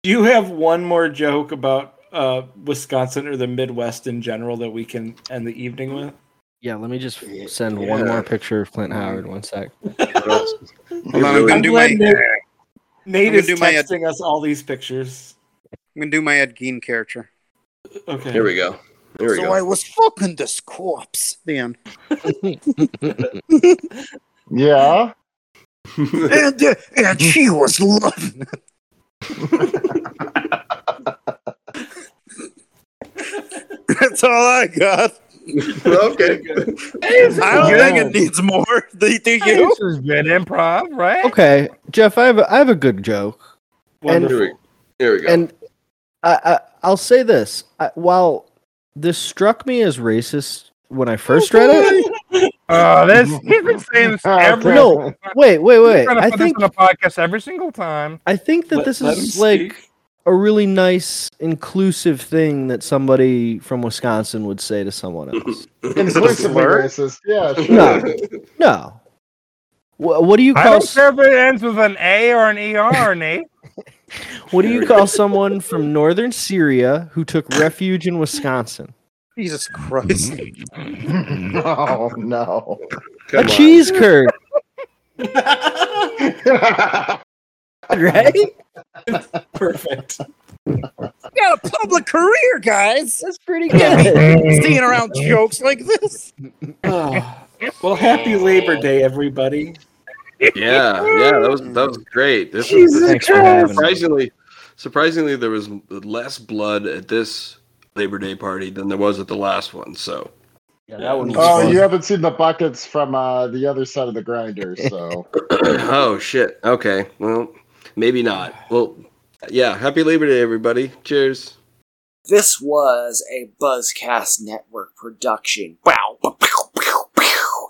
Speaker 3: do you have one more joke about uh, Wisconsin or the Midwest in general that we can end the evening with?
Speaker 6: Yeah, let me just send one
Speaker 2: Yeah.
Speaker 6: more picture of Clint Howard. One sec.
Speaker 2: What else?
Speaker 8: Hold on, I'm
Speaker 2: Really?
Speaker 8: gonna do my
Speaker 3: glad
Speaker 8: I'm
Speaker 3: Nate, Nate
Speaker 8: I'm gonna
Speaker 3: is
Speaker 8: do my ad-
Speaker 3: texting us all these pictures.
Speaker 8: gonna do my Ed Gein character.
Speaker 3: Okay.
Speaker 2: Here we go. Here we
Speaker 8: so
Speaker 2: go.
Speaker 8: I was fucking this corpse. Then
Speaker 7: Yeah.
Speaker 8: and, uh, and she was loving it. That's all I got.
Speaker 2: okay.
Speaker 8: I don't think it needs more. Do you- do you?
Speaker 4: This is good improv, right?
Speaker 6: Okay, Jeff, I have a, I have a good joke,
Speaker 2: Here
Speaker 6: Wonderful.
Speaker 2: we, here we go.
Speaker 6: and I, I I'll say this: I, while this struck me as racist when I first read it,
Speaker 4: Oh, this he's been saying this every
Speaker 6: no, wait, wait,
Speaker 4: He's
Speaker 6: wait.
Speaker 4: trying to
Speaker 6: I
Speaker 4: put
Speaker 6: think
Speaker 4: this on a podcast every single time.
Speaker 6: I think that
Speaker 3: Let-
Speaker 6: this
Speaker 3: let
Speaker 6: is
Speaker 3: him
Speaker 6: like
Speaker 3: speak.
Speaker 6: a really nice, inclusive thing that somebody from Wisconsin would say to someone else.
Speaker 7: Inclusively racist. Yeah, sure.
Speaker 6: no, no. Wha what do you
Speaker 4: I
Speaker 6: call
Speaker 4: don't
Speaker 6: s-
Speaker 4: care if it ends with an A or an ER, Nate.
Speaker 6: what do you call someone from northern Syria who took refuge in Wisconsin?
Speaker 8: Jesus Christ.
Speaker 7: oh no.
Speaker 2: Come
Speaker 6: a
Speaker 2: on.
Speaker 6: cheese curd, right?
Speaker 3: Perfect.
Speaker 8: got a public career, guys.
Speaker 6: That's pretty
Speaker 8: Seeing around jokes like this.
Speaker 3: Ah. well, happy Labor Day, everybody.
Speaker 2: Yeah, yeah, that was that was great. This was
Speaker 6: Thanks for having me.
Speaker 2: surprisingly, surprisingly, there was less blood at this Labor Day party than there was at the last one. So
Speaker 6: that one
Speaker 7: oh, you haven't seen the buckets from uh, the other side of the grinder, so
Speaker 2: oh shit. Okay. Well, maybe not. Well, yeah. Happy Labor Day, everybody. Cheers.
Speaker 10: This was a Buzzcast Network production. Wow.